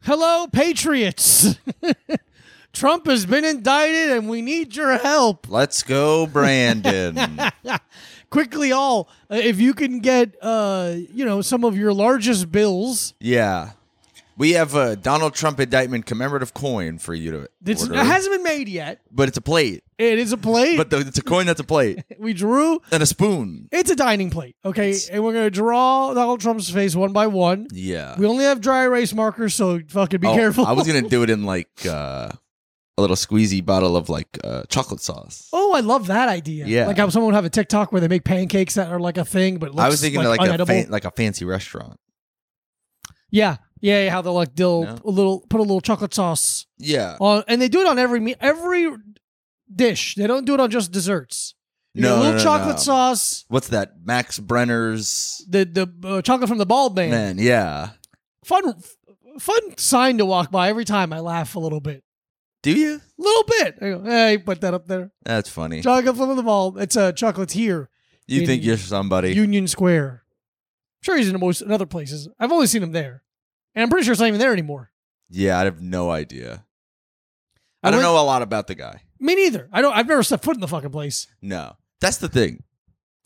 fellow patriots. Trump has been indicted and we need your help. Let's go, Brandon. Quickly, all, uh, if you can get, uh, you know, some of your largest bills. yeah. We have a Donald Trump indictment commemorative coin for you to It's, it order. hasn't been made yet. but it's a plate. It is a plate. But the, it's a coin that's a plate we drew. and a spoon. It's a dining plate, okay? and we're going to draw Donald Trump's face one by one. Yeah. We only have dry erase markers, so fucking be Oh, careful. I was gonna do it in like uh, a little squeezy bottle of like uh, chocolate sauce. Oh, I love that idea. Yeah. Like how someone would have a TikTok where they make pancakes that are like a thing, but it looks I was thinking like, like, a unedible. fan, like a fancy restaurant. yeah. yeah. Yeah, how they'll like dill No. a little put a little chocolate sauce Yeah. on and they do it on every me- every dish. They don't do it on just desserts. You get No, a no, little no, chocolate no. sauce, What's that? Max Brenner's the the uh, chocolate from the bald man. man. Yeah. Fun fun sign to walk by every time I laugh a little bit. Do you? Little bit. I go, hey, put that up there. That's funny. Chocolate from the bald. It's a chocolatier. You think in- you're somebody? Union Square. I'm sure he's in most in other places. I've only seen him there, and I'm pretty sure it's not even there anymore. yeah, I have no idea. I, I don't went- know a lot about the guy. Me neither. I don't. I've never stepped foot in the fucking place. No, that's the thing.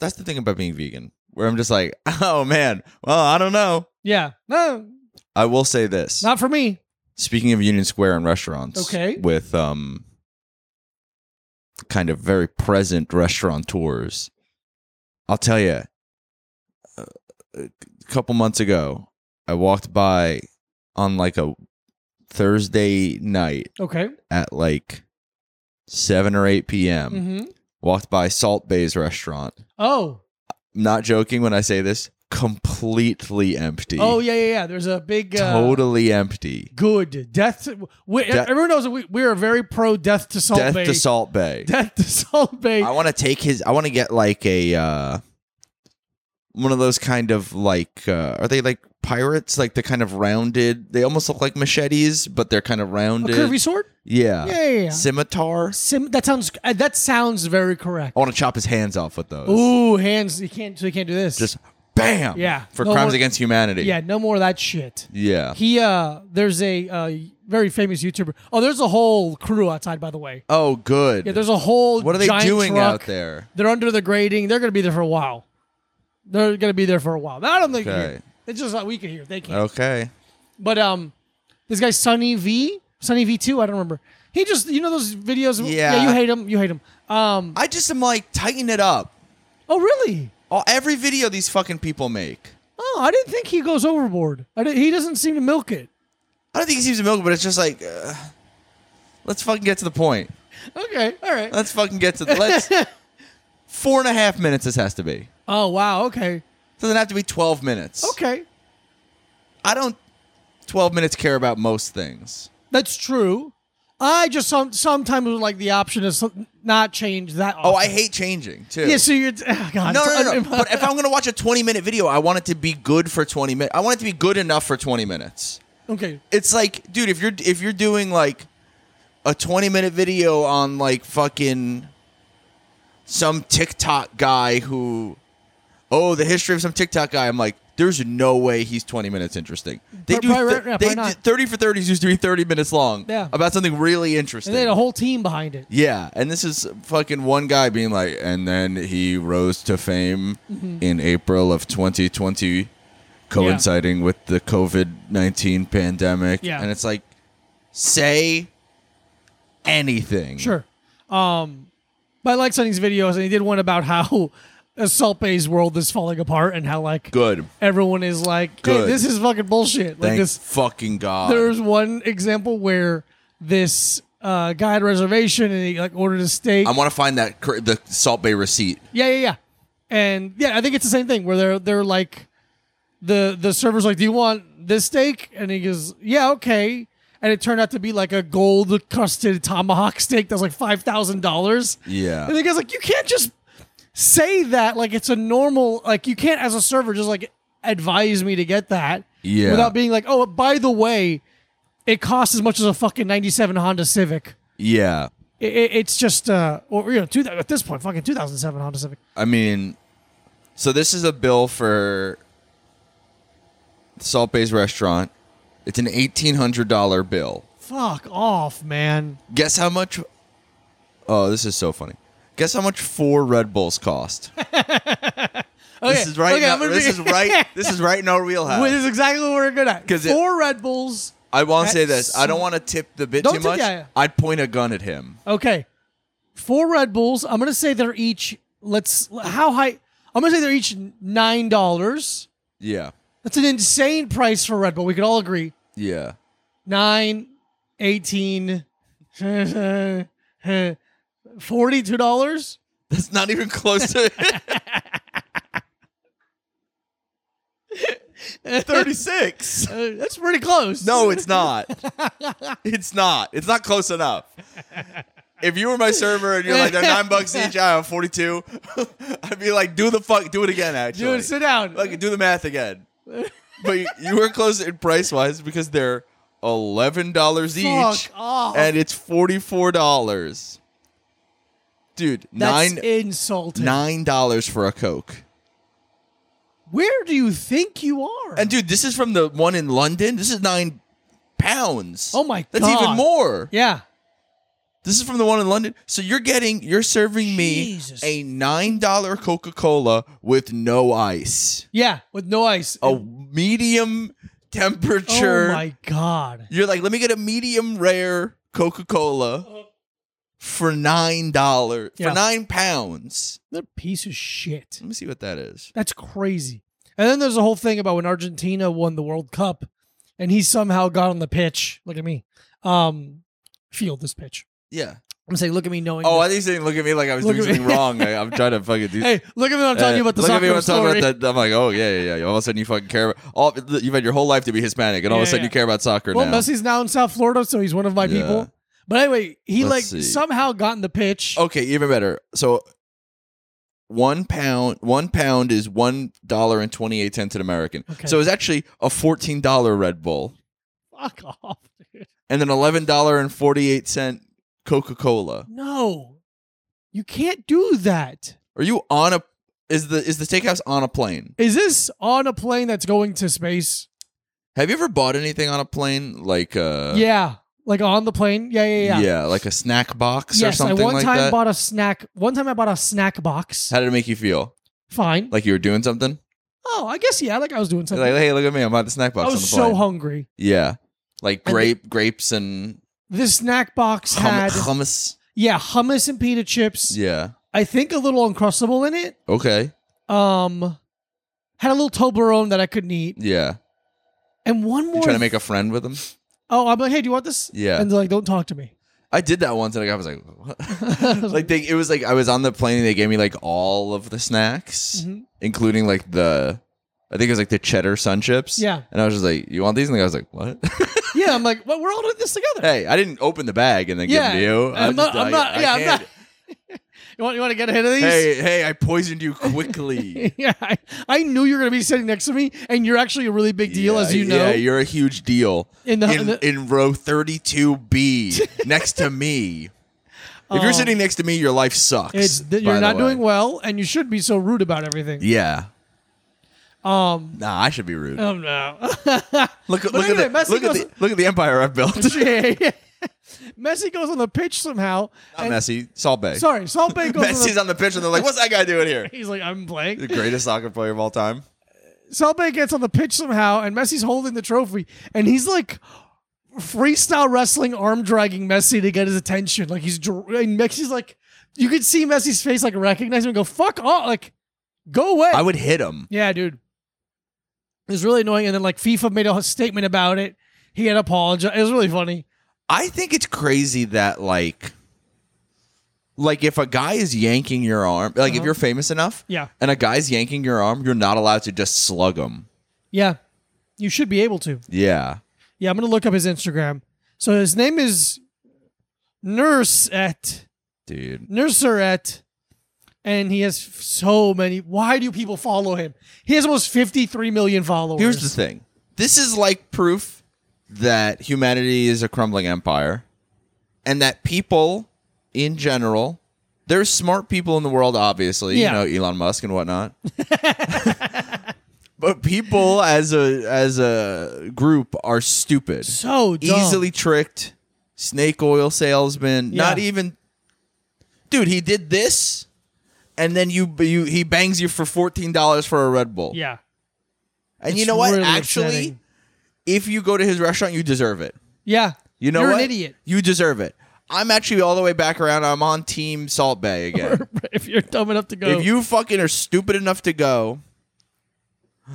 That's the thing about being vegan, where I'm just like, oh man, well, I don't know. Yeah, no, I will say this. not for me. Speaking of Union Square and restaurants, Okay. with um, kind of very present restaurateurs, I'll tell you. A couple months ago, I walked by on like a Thursday night Okay. at like seven or eight p.m. hmm Walked by Salt Bay's restaurant. Oh. Not joking when I say this. Completely empty. Oh yeah, yeah, yeah. There's a big uh, Totally empty. good death. To, we, Death- everyone knows that we, we are very pro death to Salt Death Bay. to Salt Bay. death to Salt Bay. I want to take his. I want to get like a uh, one of those kind of like uh, are they like pirates? Like the kind of rounded. They almost look like machetes, but they're kind of a rounded. curvy sword. yeah. yeah, yeah. yeah. scimitar. Sim, that sounds. Uh, that sounds very correct. I want to chop his hands off with those. Ooh, hands. You can't. So you can't do this. Just bam. Yeah. for No crimes more- against humanity. yeah. No more of that shit. yeah. He uh there's a uh very famous YouTuber. Oh, there's a whole crew outside by the way. Oh, good. Yeah, there's a whole what are they giant doing truck. out there? They're under the grading. They're going to be there for a while. They're going to be there for a while. I don't think Okay. Oh. okay. it's just like we can hear. They can't. Okay. But um this guy Sunny V, Sunny V2, I don't remember. He just you know those videos Yeah. you hate him, you hate him. Um I just am like tighten it up. oh really? All, every video these fucking people make. Oh, I didn't think he goes overboard. I didn't- he doesn't seem to milk it. I don't think he seems to milk, it, but it's just like, uh, let's fucking get to the point. Okay. All right. Let's fucking get to the. Let's four and a half minutes. This has to be. oh, wow. Okay. Doesn't have to be twelve minutes. Okay. I don't. Twelve minutes care about most things. That's true. I just some, sometimes would like the option to s- not change that. Oh, often. I hate changing too. Yeah, so you're. Oh God, No, it's no, no. no. un- but if I'm gonna watch a 20 minute video, I want it to be good for 20 minutes. I want it to be good enough for 20 minutes. okay, It's like, dude, if you're if you're doing like a 20 minute video on like fucking some TikTok guy who oh, the history of some TikTok guy, I'm like there's no way he's 20 minutes interesting. They Pro- do probably thi- right- yeah, they probably not. do- 30 for 30s used to be 30 minutes long Yeah. about something really interesting. and they had a whole team behind it. Yeah, and this is fucking one guy being like, and then he rose to fame Mm-hmm. in April of 2020, coinciding with the COVID 19 pandemic. Yeah. And it's like, say anything. Sure. Um, but I like Sonny's videos, and he did one about how Salt Bay's world is falling apart, and how like Good. everyone is like, hey, Good. this is fucking bullshit. Like Thank this, fucking God. there was one example where this uh, guy had a reservation, and he like ordered a steak. I want to find that cr- the Salt Bay receipt. Yeah, yeah, yeah. And yeah, I think it's the same thing where they're they're like the the server's like, "Do you want this steak?" And he goes, "Yeah, okay." And it turned out to be like a gold crusted tomahawk steak that was like five thousand dollars. Yeah. And the guy's like, "You can't just say that like it's a normal like you can't as a server just like advise me to get that Yeah. without being like, oh, by the way, it costs as much as a fucking ninety seven Honda Civic." Yeah. It, it- it's just uh, or you know, two, at this point, fucking two thousand seven Honda Civic. I mean, so this is a bill for Salt Bay's restaurant It's an $1,800 bill. Fuck off, man. Guess how much? Oh, this is so funny. Guess how much four Red Bulls cost? Okay, This is right. okay, now, I'm gonna this be- is right. This is right in our This wheelhouse. is exactly what we're good at. 'Cause it- Four Red Bulls. I won't say That's- this. I don't want to tip the bit Don't too tip- much. yeah, yeah. I'd point a gun at him. Okay, four Red Bulls. I'm gonna say they're each. Let's how high? I'm gonna say they're each nine dollars. Yeah. That's an insane price for Red Bull. We could all agree. Yeah. Nine, eighteen, forty-two dollars. That's not even close to thirty-six. Uh, that's pretty close. No, it's not. It's not. It's not close enough. If you were my server and you're like, they're nine bucks each, I have 42, I'd be like, do the fuck, do it again, actually. dude, sit down. Like, do the math again. But you- you were close in price wise because they're $11 each Fuck off. and it's $44. Dude, that's nine, insulting. $9 for a Coke. Where do you think you are? And dude, this is from the one in London. This is nine pounds. Oh my That's even God. more. yeah, This is from the one in London. So you're getting, you're serving Jesus. me a nine dollar Coca Cola with no ice, yeah, with no ice. a medium temperature. Oh my god. You're like, let me get a medium rare Coca Cola for nine dollars Yeah. for nine pounds. That piece of shit. Let me see what that is. That's crazy. And then there's a whole thing about when Argentina won the World Cup and he somehow got on the pitch. Look at me. Um field this pitch. Yeah. I'm saying look at me knowing Oh, that- I think you didn't look at me like I was Look doing at me. something wrong. I, I'm trying to fucking do. Hey, look at me when I'm telling Uh, you about the look at soccer me when I'm story. talking about that. I'm like, oh yeah, yeah, yeah. All of a sudden you fucking care about all. You've had your whole life to be Hispanic, and all of Yeah, a sudden yeah. you care about soccer well, now. Messi's now in South Florida, so he's one of my Yeah. people. But anyway, he Let's like see. Oh. somehow got in the pitch. Okay, even better. So one pound one pound is one dollar and twenty eight cents in American. Okay. So it's actually a fourteen dollar Red Bull Fuck off, dude. and an eleven dollar and forty eight cent Coca Cola. No. You can't do that. Are you on a is the is the steakhouse on a plane? Is this on a plane that's going to space? Have you ever bought anything on a plane? Like uh yeah. Like on the plane? Yeah, yeah, yeah. like a snack box or yes, I something one like time that. bought a snack. One time I bought a snack box. How did it make you feel? Fine. Like you were doing something? Oh, I guess yeah. Like I was doing You're something. Like, hey, look at me, I'm at the snack I box on was the so plane. hungry. yeah. Like And- grape grapes and This snack box hum- had hummus. yeah hummus and pita chips. Yeah. I think a little uncrustable in it. Okay. Um, had a little Toblerone that I couldn't eat, Yeah. and one You more. trying to make a friend with them? oh, I'm like, hey, do you want this? Yeah. And they're like, don't talk to me. I did that once, and I was like, what? like they, it was like I was on the plane, and they gave me like all of the snacks, Mhm. including like the, I think it was like the cheddar sun chips. Yeah. and I was just like, "You want these?" And I was like, "What?" Yeah, I'm like, well, we're all doing this together. hey, I didn't open the bag and then yeah, give them to you. I'm just not. I'm like, not. I yeah, I'm can't- not. you want you want to get a hit of these? Hey, hey! I poisoned you quickly. yeah, I, I knew you were going to be sitting next to me, and you're actually a really big deal, Yeah, as you know. Yeah, you're a huge deal. In the- in, the- in row 32B next to me. If you're Oh. sitting next to me, your life sucks. It's that by you're the not way. doing well, and you should be so rude about everything. Yeah. Um, Nah, I should be rude. oh no. look look, anyway, at, the, Messi look, at, the, goes- look at the empire I've built. Not Yeah, yeah. Messi goes on the pitch somehow. and- Messi, Saul Bay. Sorry, Salpe goes. on Messi's the, on the pitch and they're like, what's that guy doing here? he's like, I'm The playing. greatest soccer player of all time. Salpe gets on the pitch somehow, and Messi's holding the trophy, and he's like. Freestyle wrestling, arm dragging Messi to get his attention. Like he's, dr- and Messi's like, you could see Messi's face, like recognize him and go, "Fuck off!" Like, go away. I would hit him. Yeah, dude. It was really annoying. And then like FIFA made a statement about it. He had apologized. It was really funny. I think it's crazy that like like if a guy is yanking your arm, like if Uh-huh. you're famous enough, Yeah. and a guy's yanking your arm, you're not allowed to just slug him. Yeah. You should be able to. Yeah. Yeah, I'm gonna look up his Instagram. So his name is Nurse at Dude. Nurseret. And he has f- so many. Why do people follow him? He has almost 53 million followers. Here's the thing. This is like proof that humanity is a crumbling empire and that people in general there's smart people in the world obviously, Yeah. you know, Elon Musk and whatnot. But people as a as a group are stupid. So dumb. Easily tricked. Snake oil salesman. Yeah. Not even Dude, he did this and then you, you he bangs you for $14 for a Red Bull. Yeah. and It's you know what? really Actually, upsetting. if you go to his restaurant, you deserve it. Yeah. You know You're what? an idiot. You deserve it. I'm actually all the way back around. I'm on team Salt Bay again. if you're dumb enough to go. If you fucking are stupid enough to go,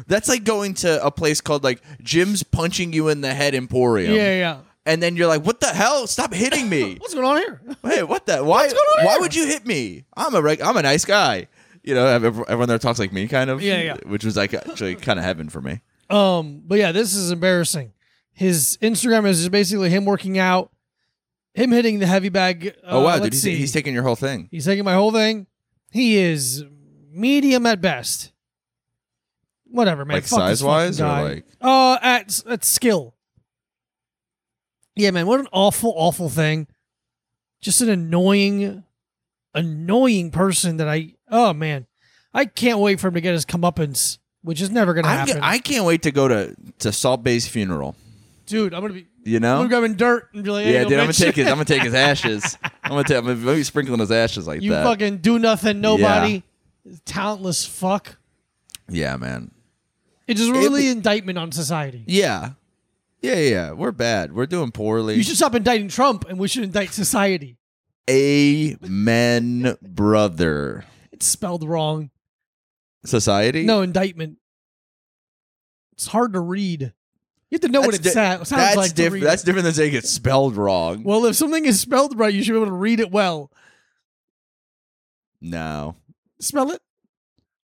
that's like going to a place called like Jim's punching you in the head Emporium. yeah, yeah, yeah. And then you're like, what the hell? Stop hitting me. What's going on here? hey, what the? Why? on why here? would you hit me? I'm a reg- I'm a nice guy. You know, ev- everyone there talks like me, kind of. Yeah, yeah. Which was like actually kind of heaven for me. Um, but yeah, this is embarrassing. His Instagram is just basically him working out, him hitting the heavy bag. Uh, oh wow, dude, let's he's, see. he's taking your whole thing. He's taking my whole thing. He is medium at best. Whatever, man. Like Fuck this size-wise fucking or guy. like- uh at at skill. Yeah, man. What an awful, awful thing. Just an annoying, annoying person that I. Oh man, I can't wait for him to get his comeuppance, which is never gonna I'm, happen. g- I can't wait to go to to Salt Bay's funeral. Dude, I'm gonna be. You know, I'm gonna grab in dirt and be like, "Hey, Yeah, yo, dude, I'm gonna bitch." take his. I'm gonna take his ashes. I'm gonna take. I'm gonna be sprinkling his ashes like You that. fucking do nothing, nobody, talentless fuck. yeah, man. It is really It- indictment on society. Yeah, yeah, yeah. We're bad. We're doing poorly. You should stop indicting Trump, and we should indict society. Amen, brother. It's spelled wrong. Society. No indictment. It's hard to read. You have to know that's what it di- sa- sounds that's like. to different. read That's it. different than saying it's spelled wrong. well, if something is spelled right, you should be able to read it well. No. Spell it.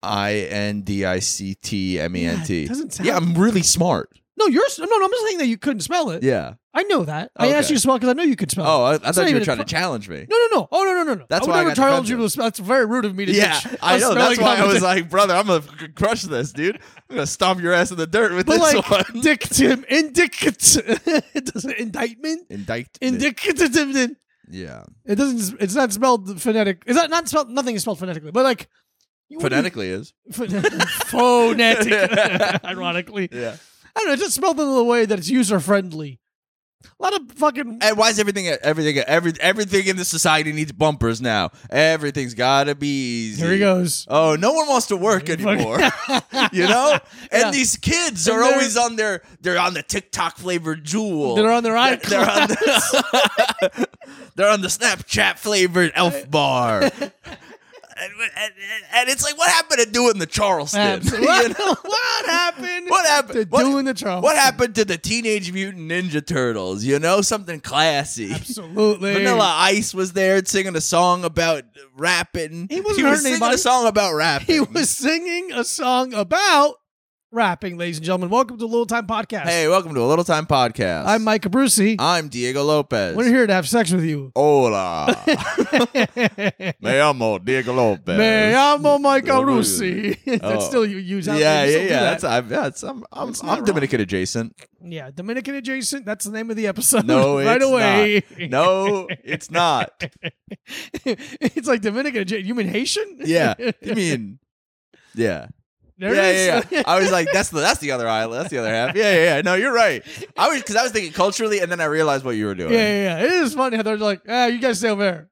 I n d i c t m e n Yeah, t. it doesn't sound- Yeah, I'm really smart. No, you're s- no, no. I'm just saying that you couldn't spell it. Yeah. I know that. I Okay. asked you to spell because I know you could spell. it. Oh, I, I It's thought not you were even trying a to challenge me. No, no, no. Oh no, no, no, no. I That's would why I never got challenge you to defensive. spell. That's very rude of me to. Yeah, just- I know. spelling That's why I was competition. like, brother, I'm gonna f- crush this, dude. I'm gonna stomp your ass in the dirt with But this like, one. dictum, indicative, it doesn't indictment, Indict. indicative. yeah. It doesn't. It's not spelled phonetic. It's not not spelled. Nothing is spelled phonetically. But like, you wouldn't- Phonetically is. Pho- phonetic. Ironically, Yeah. I don't know. It's just spelled in the way that it's user friendly. A lot of fucking. And why is everything everything every everything in this society needs bumpers now? Everything's gotta be easy. Here he goes. Oh, no one wants to work anymore. you know? And Yeah. these kids And are they're- always on their they're on the TikTok flavored jewel. They're on their They're- iCloud. they're on the, they're on the Snapchat flavored elf bar. and, and, and it's like, what happened to doing the Charleston? Absolutely. You know? What, what happened? What To happened? What, doing the Charles. what happened to the Teenage Mutant Ninja Turtles? You know, something classy. Absolutely. Vanilla Ice was there singing a song about rapping. He wasn't was hurting singing anybody. a song about rapping. He was singing a song about rapping, ladies and gentlemen. Welcome to Little Time Podcast. Hey, welcome to a Little Time Podcast. I'm Mike Abruzzi. I'm Diego Lopez. We're here to have sex with you. Hola. Me llamo Diego Lopez. Me llamo Mike Oh, really? Abruzzi. That's Oh. still you use out there. yeah, You yeah, still do yeah. that. That's I'm, that's I'm I'm, That's not I'm Dominican adjacent. Yeah, Dominican adjacent. That's the name of the episode. No, right it's away. not. No, it's not. it's like Dominican adjacent. You mean Haitian? Yeah, you mean, yeah, there yeah, it is. yeah, yeah. I was like, that's the that's the other island. That's the other half. Yeah, yeah. yeah. No, you're right. I was because I was thinking culturally, and then I realized what you were doing. yeah, yeah, yeah. It is funny how they're like, ah, you guys stay over there.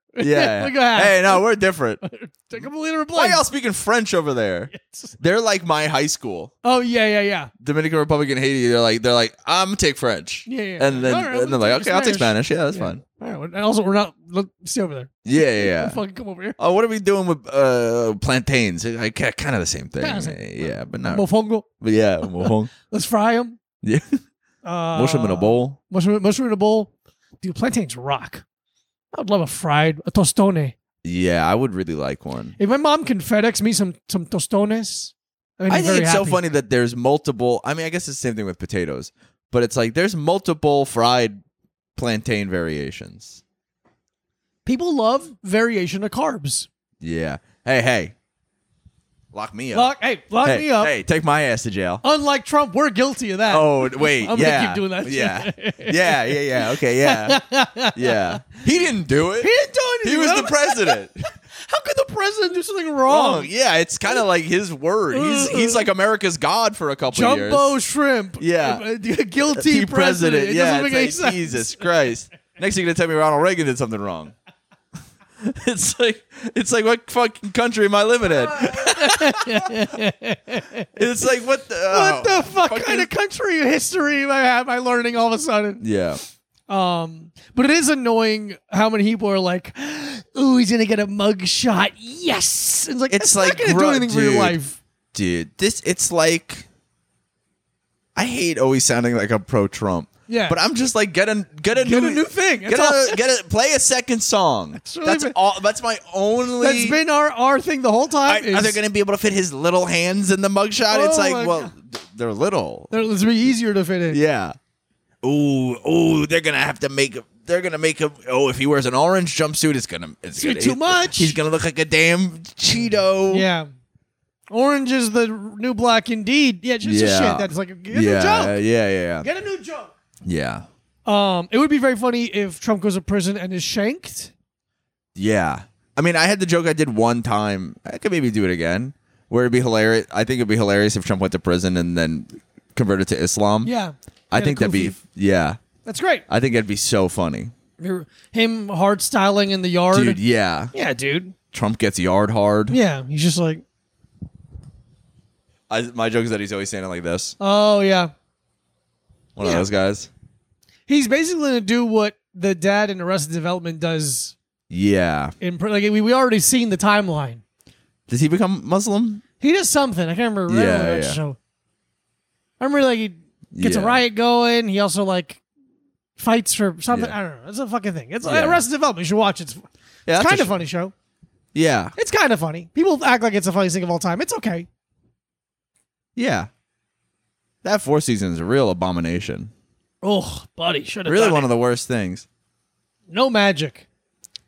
Yeah. Look at that. Hey, no, we're different. Take a leader Mm-hmm. Why place. y'all speaking French over there? They're like my high school. Oh yeah, yeah, yeah, Dominican Republic and Haiti, they're like they're like, I'm gonna take French. yeah, yeah. And then All right, and they're we'll like, Okay, I'll take Spanish. Yeah, that's Yeah. fine. All right. well, and Also, we're not. Look, stay over there. Yeah, yeah, Don't yeah. fucking come over here. Oh, what are we doing with uh plantains? I, kind of the same thing. Kinda the same. Yeah, but not. Mofongo. But yeah, mojong. Let's fry them. Yeah. Uh, mushroom in a bowl. Mushroom, mushroom in a bowl. Dude, plantains rock. I would love a fried a tostone. Yeah, I would really like one. If my mom can FedEx me some some tostones, I'd be I think very it's so happy. funny that there's multiple. I mean, I guess it's the same thing with potatoes, but it's like there's multiple fried plantain variations. People love variation of carbs. Yeah. Hey, hey. Lock me up. Lock, hey, lock hey, me up. Hey, take my ass to jail. Unlike Trump, we're guilty of that. Oh wait, I'm gonna yeah, keep doing that. Yeah, yeah, yeah, yeah. Okay, yeah, yeah. He didn't do it. He didn't do anything. He was though. the president. How could the president do something Oh wrong? Uh, yeah, it's kind of like his word. He's he's like America's god for a couple years. Jumbo shrimp. Uh, Yeah. Guilty president. It Yeah, doesn't make it's any like, sense. Jesus Christ. Next thing you're gonna tell me Ronald Reagan did something wrong. it's like it's like what fucking country am I living in? it's like what the What oh, the fuck fucking- kind of country history am I, am I learning all of a sudden? yeah. Um, but it is annoying how many people are like, "Ooh, he's gonna get a mug shot." Yes, it's like It's it's, like, not gonna do bro, anything for your dude. life. Dude, this it's like I hate always sounding like I'm pro Trump. Yeah. But I'm just like get a get a Get new a new thing. That's Get all. a, get a play a second song. That's, really been- all that's my only That's been our our thing the whole I, time. are they is- going to be able to fit his little hands in the mugshot? Oh it's my like, well, th- they're little. They're- It's gonna be easier to fit in. Yeah. Ooh, ooh, they're gonna have to make. They're gonna make him. Oh, if he wears an orange jumpsuit, it's gonna. It's, gonna gonna be too much. He's gonna look like a damn Cheeto. Yeah. Orange is the new black, indeed. Yeah, just Yeah. a shit. That's like get a new Yeah. Yeah. joke. Yeah. Yeah. Get a new joke. Yeah. Um, it would be very funny if Trump goes to prison and is shanked. Yeah. I mean, I had the joke I did one time. I could maybe do it again. Where it'd be hilarious. I think it'd be hilarious if Trump went to prison and then converted to Islam. Yeah. I Get a think that'd be. kufi. Yeah. That's great. I think that'd be so funny, You're- him hard styling in the yard. dude. Yeah. Yeah, dude. Trump gets yard hard. Yeah, he's just like, I, my joke is that he's always standing like this. oh yeah. One Yeah. of those guys. He's basically gonna do what the dad in Arrested Development does. Yeah. In pr- like we we already seen the timeline. Does he become Muslim? He does something. I can't remember. Yeah, I remember yeah. that show. I remember like he gets a Yeah. riot going. He also like fights for something. Yeah. I don't know. It's a fucking thing. It's Yeah. Arrested Development. You should watch it. It's, Yeah, it's that's kind a of sh- funny show. Yeah. It's kind of funny. People act like it's the funniest thing of all time. It's okay. Yeah. That four season is a real abomination. Oh, buddy, should have Really done one it. of the worst things. No magic.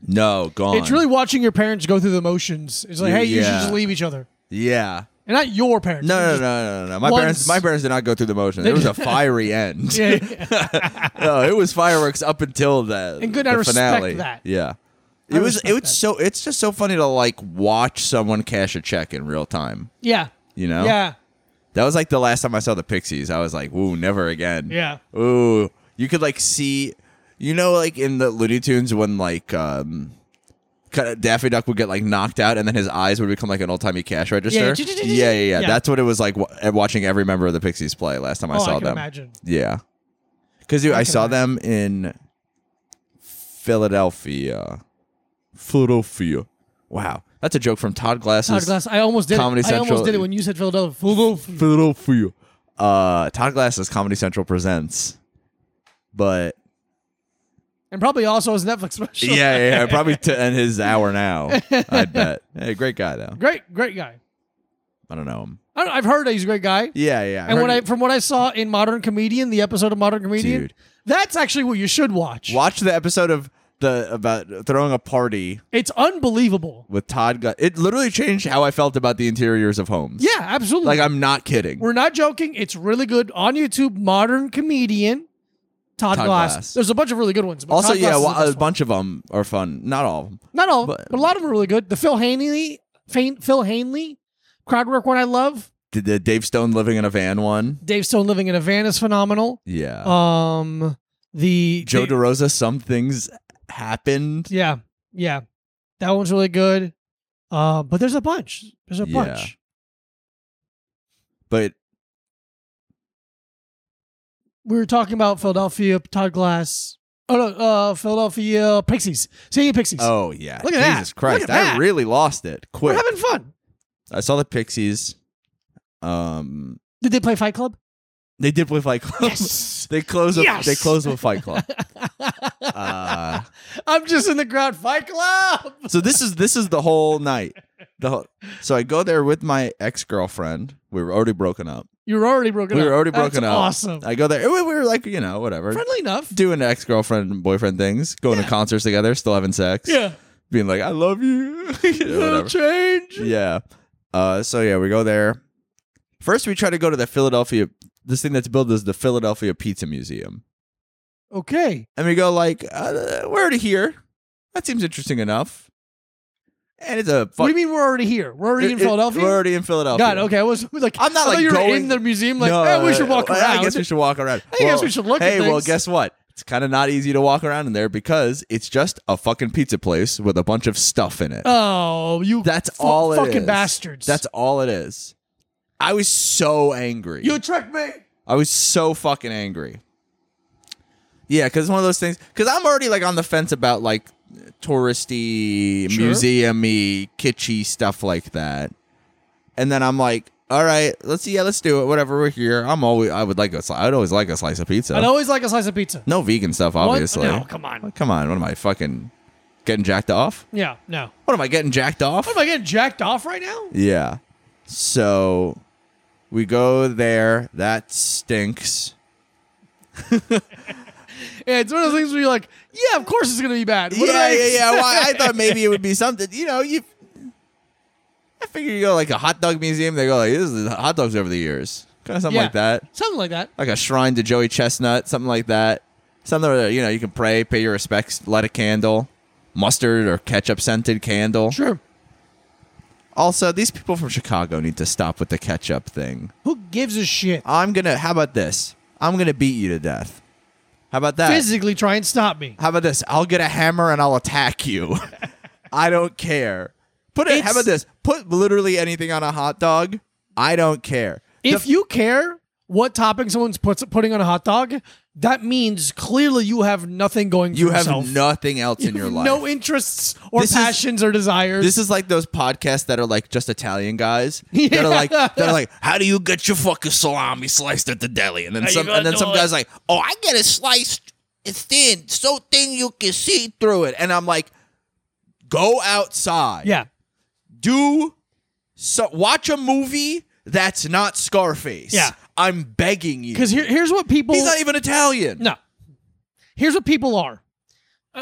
No, gone. It's really watching your parents go through the motions. It's like, hey, you should Yeah. just leave each other, Yeah. and not your parents. No, You're no, no, just- no, no, no. My Once- parents my parents did not go through the motion. It was a fiery end. Yeah, yeah. no, it was fireworks up until the And good, the I respect finale. that. Yeah. I It was respect it was that. so it's just so funny to like watch someone cash a check in real time. yeah, You know? yeah, That was like the last time I saw the Pixies. I was like, ooh, never again. yeah. Ooh. You could like see you know like in the Looney Tunes when like um kind of Daffy Duck would get like knocked out and then his eyes would become like an old-timey cash register. Yeah. yeah, yeah, yeah. Yeah. That's what it was like wa- watching every member of the Pixies play last time I oh, I saw can them. imagine. Yeah. Cuz dude, I I, can saw them in Philadelphia. Philadelphia. Wow. That's a joke from Todd Glass's Todd Glass. I almost did. Comedy it. I almost Central- did it when you said Philadelphia. Philadelphia. Philadelphia. Uh, Todd Glass's Comedy Central presents, but and probably also his Netflix special. yeah, yeah, yeah, probably to end his hour now. I bet. Hey, great guy though. great, great guy. I don't know him. I don't, I've heard that he's a great guy. Yeah, yeah. and heard when I it- from what I saw in Modern Comedian, the episode of Modern Comedian, Dude. that's actually what you should watch. watched the episode of the about throwing a party It's unbelievable. with Todd Glass, it literally changed how I felt about the interiors of homes. Yeah, absolutely. like I'm not kidding. We're not joking. It's really good on YouTube. Modern Comedian, Todd, Todd Glass. Glass. There's a bunch of really good ones. But also, Todd Glass yeah, is the wa- best a one. bunch of them are fun. Not all of them. Not all, but, but- a lot of them are really good. The Phil Hanley, Fain, Phil Hanley, crowd work one I love. The, the Dave Stone living in a van one. Dave Stone living in a van is phenomenal. Yeah. Um, the Joe the- DeRosa, some things happened. Yeah, yeah, that one's really good. Uh, but there's a bunch. There's a Yeah. bunch. but We were talking about Philadelphia, Todd Glass. Oh no, uh, Philadelphia Pixies. Singing Pixies. oh yeah, Look at Jesus that. Christ, Look at I that. really lost it we're quick. having fun. I saw the Pixies. Um, Did they play Fight Club? they did play Fight Club. Yes. they close. With, Yes. They close with Fight Club. uh, I'm just in the crowd. Fight Club. so this is this is the whole night. The whole, so I go there with my ex girlfriend. We were already broken up. You're already broken. We up. were already That's broken up. Awesome. I go there. We we were like you know whatever. Friendly enough. Doing ex girlfriend and boyfriend things, going to concerts together, still having sex, Yeah. being like, I love you. You know, Little whatever. change. Yeah. Uh, so yeah, we go there. First, we try to go to the Philadelphia. This thing that's built is the Philadelphia Pizza Museum, Okay. and we go like, uh, "We're out of here." That seems interesting enough. And it's a What fuck. do you mean we're already here? We're already in Philadelphia. We're already in Philadelphia. God, okay. I was like, I'm not I thought like you were going in the museum. Like, no, eh, we should walk I- around. I guess we should walk around. I guess we should look at Hey, well, things. guess what? It's kind of not easy to walk around in there because it's just a fucking pizza place with a bunch of stuff in it. Oh, you. That's fu- all it Fucking is. bastards. That's all it is. I was so angry. tricked me. I was so fucking angry. Yeah, because it's one of those things. Because I'm already like on the fence about like touristy, Sure. museumy, kitschy stuff like that. And then I'm like, all right, let's see. Yeah, let's do it. Whatever. We're here. I'm always. I would like a. sli- I'd always like a slice of pizza. I'd always like a slice of pizza. No vegan stuff, What? obviously. No, come on. Come on. What am I fucking getting jacked off? Yeah, no. What am I getting jacked off? What am I getting jacked off right now? Yeah. So we go there. That stinks. Yeah, it's one of those things where you're like, yeah, of course it's gonna be bad. What did yeah, I yeah, yeah. expect? Well, I thought maybe it would be something. You know, you. I figure you go like a hot dog museum. They go like, "This is the hot dogs over the years," kind of something Yeah. like that. Something like that. Like a shrine to Joey Chestnut, something like that. Something where you know you can pray, pay your respects, light a candle, mustard or ketchup scented candle. Sure. Also, these people from Chicago need to stop with the ketchup thing. Who gives a shit? I'm gonna. How about this? I'm gonna beat you to death. How about that? Physically try and stop me. How about this? I'll get a hammer and I'll attack you. I don't care. Put it. It's- How about this? Put literally anything on a hot dog. I don't care. If you care what topping someone's puts, putting on a hot dog, that means clearly you have nothing going. You for have yourself. nothing else in You your have life. no interests or This is- passions or desires. this is like those podcasts that are like just Italian guys that are like that are like, how do you get your fucking salami sliced at the deli? And then How you some gonna and then do some it? guys like, oh, I get it sliced thin, so thin you can see through it. And I'm like, go outside. yeah, do so watch a movie that's not Scarface. Yeah. I'm begging you. because here, here's what people. he's not even Italian. no, here's what people are,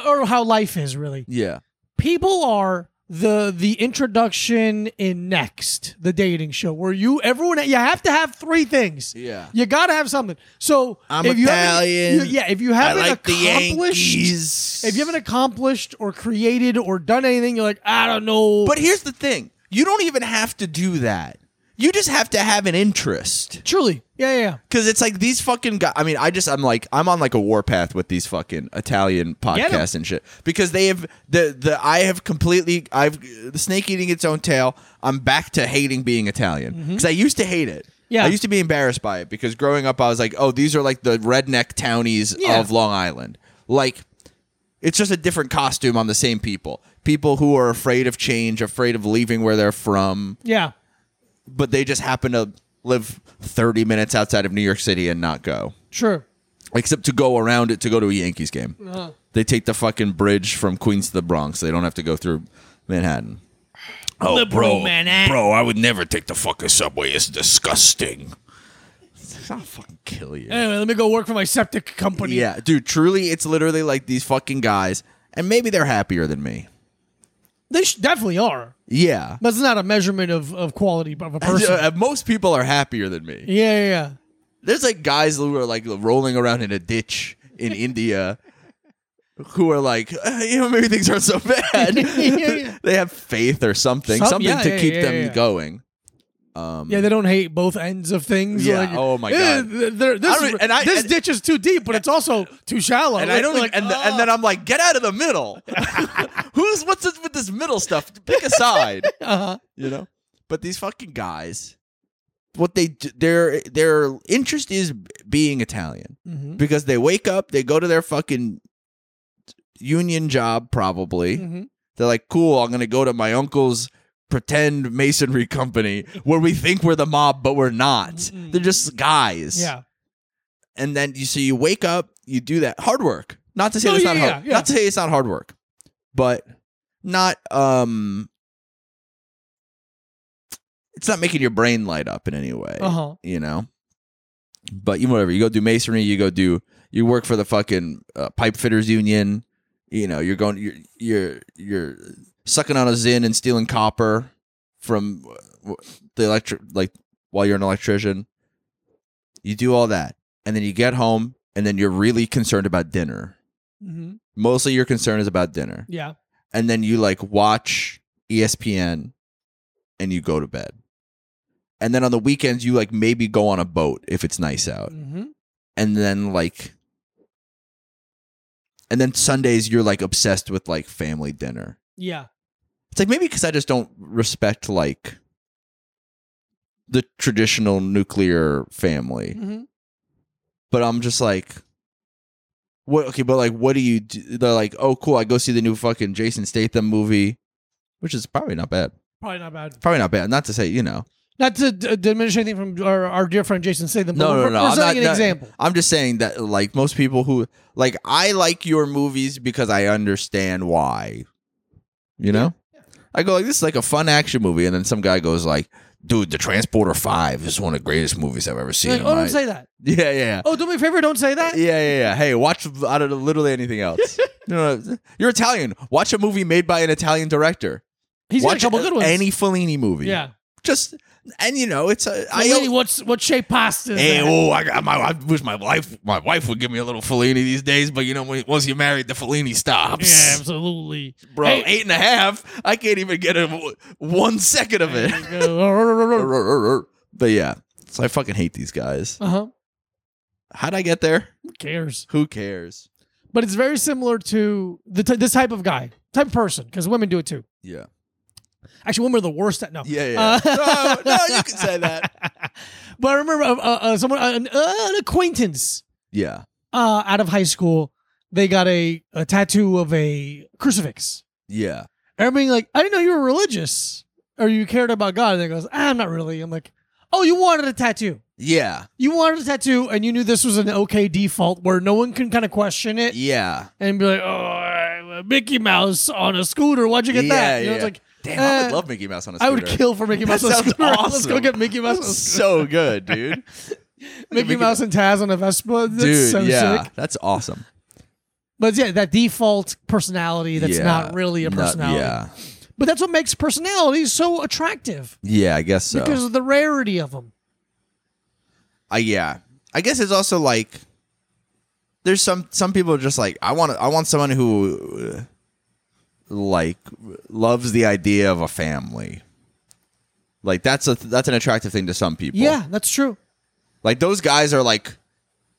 or how life is really. Yeah. people are the the introduction in next the dating show where you everyone you have to have three things Yeah. you gotta have something so I'm if you haven't- Italian. you- yeah if you I haven't like the accomplished Yankees. if you haven't accomplished or created or done anything you're like i don't know But here's the thing. You don't even have to do that. You just have to have an interest. truly yeah yeah, yeah Cuz it's like these fucking guys I mean, I just I'm like I'm on like a warpath with these fucking Italian 'em. podcasts and shit because they have the the I have completely I've the snake eating its own tail. I'm back to hating being Italian cuz I used to hate it. Mm-hmm. Yeah. I used to be embarrassed by it because growing up I was like, "Oh, these are like the redneck townies Yeah. of Long Island." Like it's just a different costume on the same people. People who are afraid of change, afraid of leaving where they're from, yeah but they just happen to live 30 minutes outside of New York City and not go. sure Except to go around it to go to a Yankees game. They take the fucking bridge from Queens to the Bronx. They don't have to go through Manhattan. Oh, Liberal bro, man, eh? bro, I would never take the fucking subway. It's disgusting. I'll fucking kill you. anyway let me go work for my septic company Yeah, dude, truly, it's literally like these fucking guys, and maybe they're happier than me. they sh- definitely are Yeah. but it's not a measurement of, of quality of a person yeah Uh, Most people are happier than me. yeah yeah There's like guys who are like rolling around in a ditch in India who are like, "Uh, you know, maybe things aren't so bad. yeah. they have faith or something, Some- something yeah, to yeah, keep yeah, them yeah. going. Yeah, they don't hate both ends of things. Yeah, Like, oh my eh, God. th- they're- this I don't- e-, and I- this and- ditch is too deep, but it's also too shallow. And I don't, e-, like, "Ah." oh. and, and then I'm like, get out of the middle. Who's what's this, with this middle stuff? Pick a side, uh you know. But these fucking guys, what they d- their their interest is being Italian. hmm because they wake up, they go to their fucking union job probably. Mhm. They're like, "Cool, I'm going to go to my uncle's pretend masonry company where we think we're the mob but we're not. Mm-mm. They're just guys." Mm-hmm. yeah, And then you so you wake up, you do that hard work. Not to say No, it's yeah, not yeah, hard. yeah. Not to say it's not hard work. But not um it's not making your brain light up in any way uh huh, you know. But you whatever you go do masonry, you go do you work for the fucking uh, pipe fitters union. You know you're going you're you're you're sucking on a zin and stealing copper from uh, w- the electric like while you're an electrician. You do all that, and then you get home, and then you're really concerned about dinner. hmm Mostly your concern is about dinner, yeah, and then you like watch E ESPN, and you go to bed. And then on the weekends, you like maybe go on a boat if it's nice out. Mm-hmm. And then like, and then Sundays, you're like obsessed with like family dinner. Yeah. It's like maybe because I just don't respect like the traditional nuclear family. Mm-hmm. but I'm just like, what? Okay, but like, what do you? Do? They're like, oh, cool. I go see the new fucking Jason Statham movie, which is probably not bad. Probably not bad. Probably not bad. Not to say you know. Not to d- diminish anything from our, our dear friend Jason Statham. but No, no, we're- no. We're I'm setting not- an not- example. I'm just saying that like most people who like I like your movies because I understand why. You know, I go like this is like a fun action movie, and then some guy goes like, dude, The Transporter Five is one of the greatest movies I've ever seen. Like, in oh, my-" don't say that. yeah, yeah, yeah. Oh, do me a favor. Don't say that. Yeah, yeah, yeah. Hey, watch I don't know literally anything else. no, no, you're Italian. Watch a movie made by an Italian director. He's watch got a couple good ones. Any Fellini movie. yeah. Just and you know it's a I. I lady, what's what shape pasta? Is Hey, that? oh, I got my. I wish my wife, my wife would give me a little Fellini these days, but you know, when, once you're married, the Fellini stops. yeah, absolutely, bro, Hey. eight and a half. I can't even get a one second of it. uh but yeah, so I fucking hate these guys. huh. How'd I get there? Uh-huh. Who cares? Who cares? But it's very similar to the t- this type of guy, type of person, because women do it too. Yeah, Actually, women are the worst at no. yeah, yeah. Uh, no, no, you can say that. but I remember uh, uh, uh, someone, uh, an, uh, an acquaintance Yeah, uh, out of high school, they got a, a tattoo of a crucifix. yeah. And I'm being like, I didn't know you were religious or you cared about God. And they goes, ah, I'm not really. I'm like, oh, you wanted a tattoo. Yeah, You wanted a tattoo and you knew this was an okay default where no one can kind of question it yeah. and be like, oh, uh, Mickey Mouse on a scooter. Why'd you get Yeah, that? You know, it's yeah. like, Damn, I would Uh, love Mickey Mouse on a I scooter. would kill for Mickey That Mouse on a sounds scooter. Let's go awesome. get Mickey Mouse on a That's scooter. so good, dude. Mickey, Mickey Mouse and Taz on a Vespa. That's dude, so yeah, sick. that's awesome. But yeah, that default personality that's Yeah. not really a Not- personality. yeah, But that's what makes personalities so attractive yeah, I guess so. because of the rarity of them. I yeah, I guess it's also like there's some some people are just like I want I want someone who uh, like loves the idea of a family. Like that's a that's an attractive thing to some people. Yeah, that's true. like those guys are like,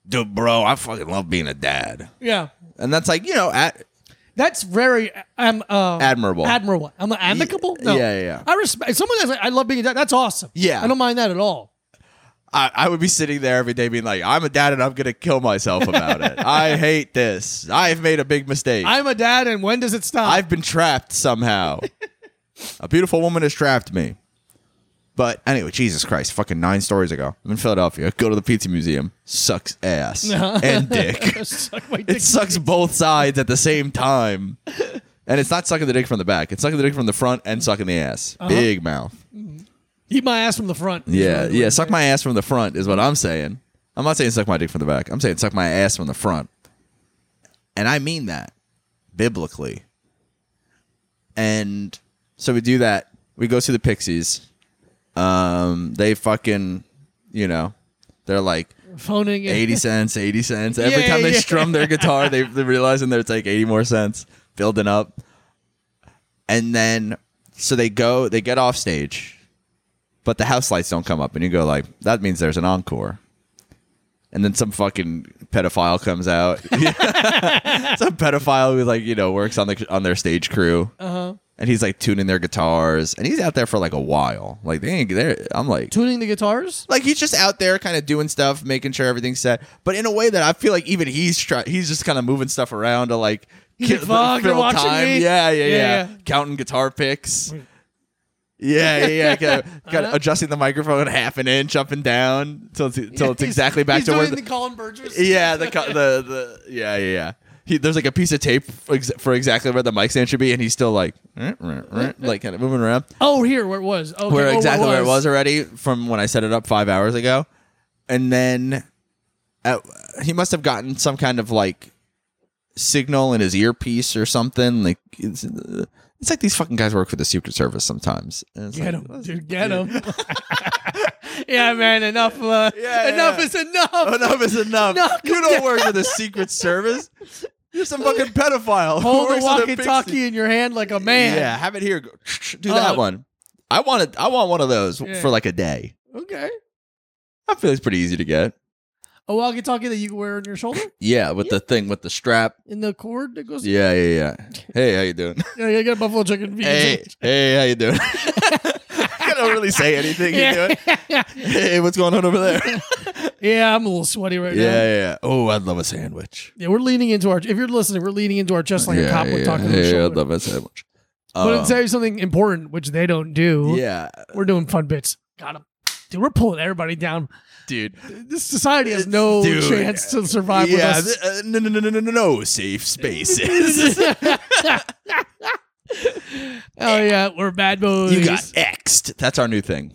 dude, bro, I fucking love being a dad. Yeah. and that's like you know at That's very um, uh, Admirable. Admirable. I'm amicable. Yeah, no. yeah, yeah. I respect someone that's like, I love being a dad. That's awesome. Yeah. I don't mind that at all. I, I would be sitting there every day being like, I'm a dad and I'm going to kill myself about it. I hate this. I've made a big mistake. I'm a dad, and when does it stop? I've been trapped somehow. a beautiful woman has trapped me. But anyway, Jesus Christ, fucking nine stories ago. I'm in Philadelphia. Go to the Pizza Museum. Sucks ass and dick. Suck my dick. It sucks both sides at the same time. And it's not sucking the dick from the back. It's sucking the dick from the front and sucking the ass. Big mouth. Eat my ass from the front. is Yeah, really the way yeah. to Suck say my ass from the front is what I'm saying. I'm not saying suck my dick from the back. I'm saying suck my ass from the front, and I mean that biblically. And so we do that. We go see the Pixies. Um, they fucking, you know, they're like it. phoning in. eighty cents, eighty cents. Every Yeah, time they yeah. strum their guitar, they they realize in there it's like eighty more cents building up. And then so they go, they get off stage, but the house lights don't come up, and you go like, that means there's an encore. And then some fucking pedophile comes out. some pedophile who like you know works on the on their stage crew. Uh-huh. And he's like tuning their guitars, and he's out there for like a while. Like they ain't there. I'm like, Tuning the guitars. like he's just out there kind of doing stuff making sure everything's set but in a way that i feel like even he's try- he's just kind of moving stuff around to like He's like, "Fuck, they're watching me." Yeah, yeah, Yeah, yeah yeah. counting guitar picks yeah yeah yeah kind of, kind Uh-huh. of adjusting the microphone half an inch up and down till it's, till it's He's- exactly back he's to where doing the, the Colin Burgess. yeah the, co- the the yeah yeah yeah he, there's like a piece of tape for, ex- for exactly where the mic stand should be, and he's still like, like kind of moving around Oh, here where it was. Okay, oh, where exactly where it was already from when I set it up five hours ago, and then uh he must have gotten some kind of like signal in his earpiece or something. Like it's, it's like these fucking guys work for the Secret Service sometimes. And it's Get like, him, dude. Get him. yeah, man. Enough. Uh, Yeah, yeah, enough yeah. is enough. Oh, Enough is enough. Knock you don't work for the Secret Service. You're some fucking pedophile. who Hold the works at a walkie-talkie pixie- in your hand like a man. Yeah, have it here. Go, do Uh, that one. I want it. I want one of those Yeah. for like a day. Okay. I feel it's pretty easy to get. A walkie-talkie that you can wear on your shoulder Yeah, with the thing with the strap. in the cord that goes. Yeah, yeah, yeah. Hey, how you doing? Yeah, you got a buffalo chicken. hey, hey, how you doing? I don't really say anything. You do it. yeah. Hey, what's going on over there? yeah, I'm a little sweaty right yeah, now. yeah, yeah. Oh, I'd love a sandwich. Yeah, we're leaning into our. If you're listening, we're leaning into our chest like yeah, a cop would yeah, talk to yeah, the I'd shoulder. love a sandwich. but Um, to tell you something important, which they don't do. yeah, we're doing fun bits. Got him, dude. We're pulling everybody down. dude. This society has no Dude. chance to survive yeah, with us. th- uh, no, no, no, no, no, no, no safe spaces. oh yeah, we're bad boys. you got X'd. That's our new thing.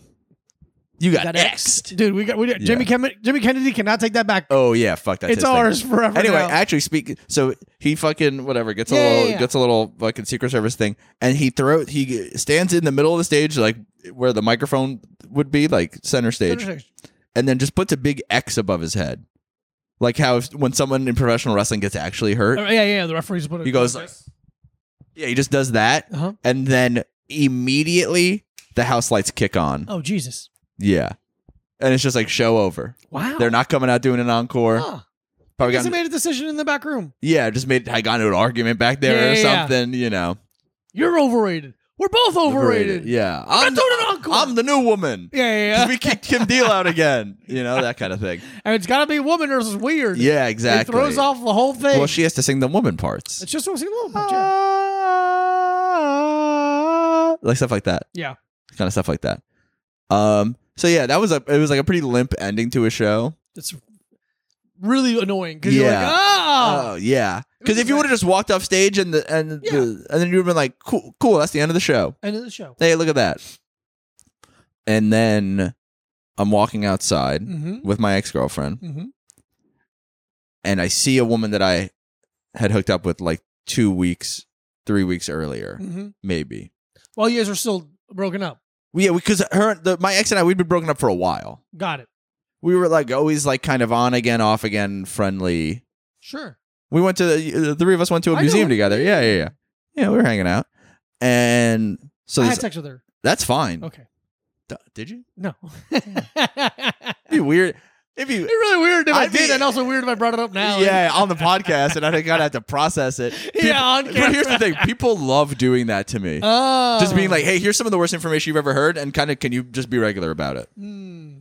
You got, Got X'd. X'd. dude. We got we got, Jimmy Kem- Jimmy Kennedy cannot take that back. Oh yeah, fuck that. it's ours forever. Anyway, now. actually, speak. So he fucking whatever gets a Yeah, little yeah, yeah. gets a little fucking Secret Service thing, and he throw he stands in the middle of the stage, like where the microphone would be, like center stage, and then just puts a big X above his head, like how if, when someone in professional wrestling gets actually hurt, Oh, yeah, yeah. The referees put it. he goes like, yeah, he just does that, Uh-huh. and then immediately the house lights kick on, "Oh Jesus, yeah, and it's just like show over. wow." They're not coming out doing an encore. Huh. Probably Guess got they made a decision in the back room. yeah, just made I got into an argument back there Yeah, yeah, or yeah. something, you know. You're overrated. We're both overrated. Yeah. I'm I'm doing the, an encore. I'm the new woman. yeah, yeah. yeah. We kicked Kim Deal out again. You know, that kind of thing. and it's got to be a woman or it's weird. Yeah, exactly. It throws off the whole thing. Well, she has to sing the woman parts. it's just a little Uh, bit. Yeah. Ah, Like stuff like that. yeah. Kind of stuff like that. Um so yeah, that was a it was like a pretty limp ending to a show. It's really annoying because you're Yeah. like, ah. Oh yeah. Cuz if you would have just walked off stage and the and Yeah. the, and then you would have been like cool cool, that's the end of the show. End of the show. hey, look at that. And then I'm walking outside Mm-hmm. with my ex girlfriend, Mm-hmm. and I see a woman that I had hooked up with like two weeks, three weeks earlier, Mm-hmm. maybe. While you guys are still broken up. Well, yeah, because her, the, my ex and I, we'd been broken up for a while. Got it. We were like always like kind of on again, off again, friendly. Sure. We went to the, the three of us went to a I know. museum together. Yeah, yeah, yeah, yeah. We were hanging out, and so I this, had Oh, sex with her. that's fine. Okay. D- Did you? No. It'd It'd be weird if you be really weird if i I'd be- did, and also weird if I brought it up now. Yeah, on the podcast, and I think I'd have to process it. Oh, Yeah, on But here's camera. the thing: people love doing that to me. Oh. just being like, "Hey, here's some of the worst information you've ever heard," and kind of, can you just be regular about it? Hmm.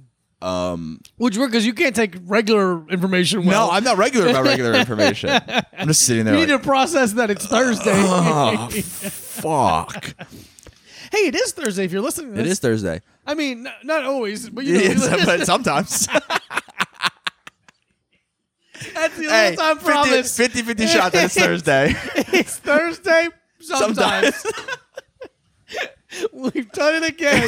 Um, Which work because you can't take regular information. Well. no, I'm not regular about regular information. I'm just sitting there. You need like, to process that it's Thursday. oh, fuck! hey, it is Thursday if you're listening. To It this. is Thursday. I mean, n- not always, but you know, Yes, but sometimes. that's the hey, all-time 50 promise. 50 50 shot that it's Thursday. It's Thursday sometimes. Sometimes. We've done it again.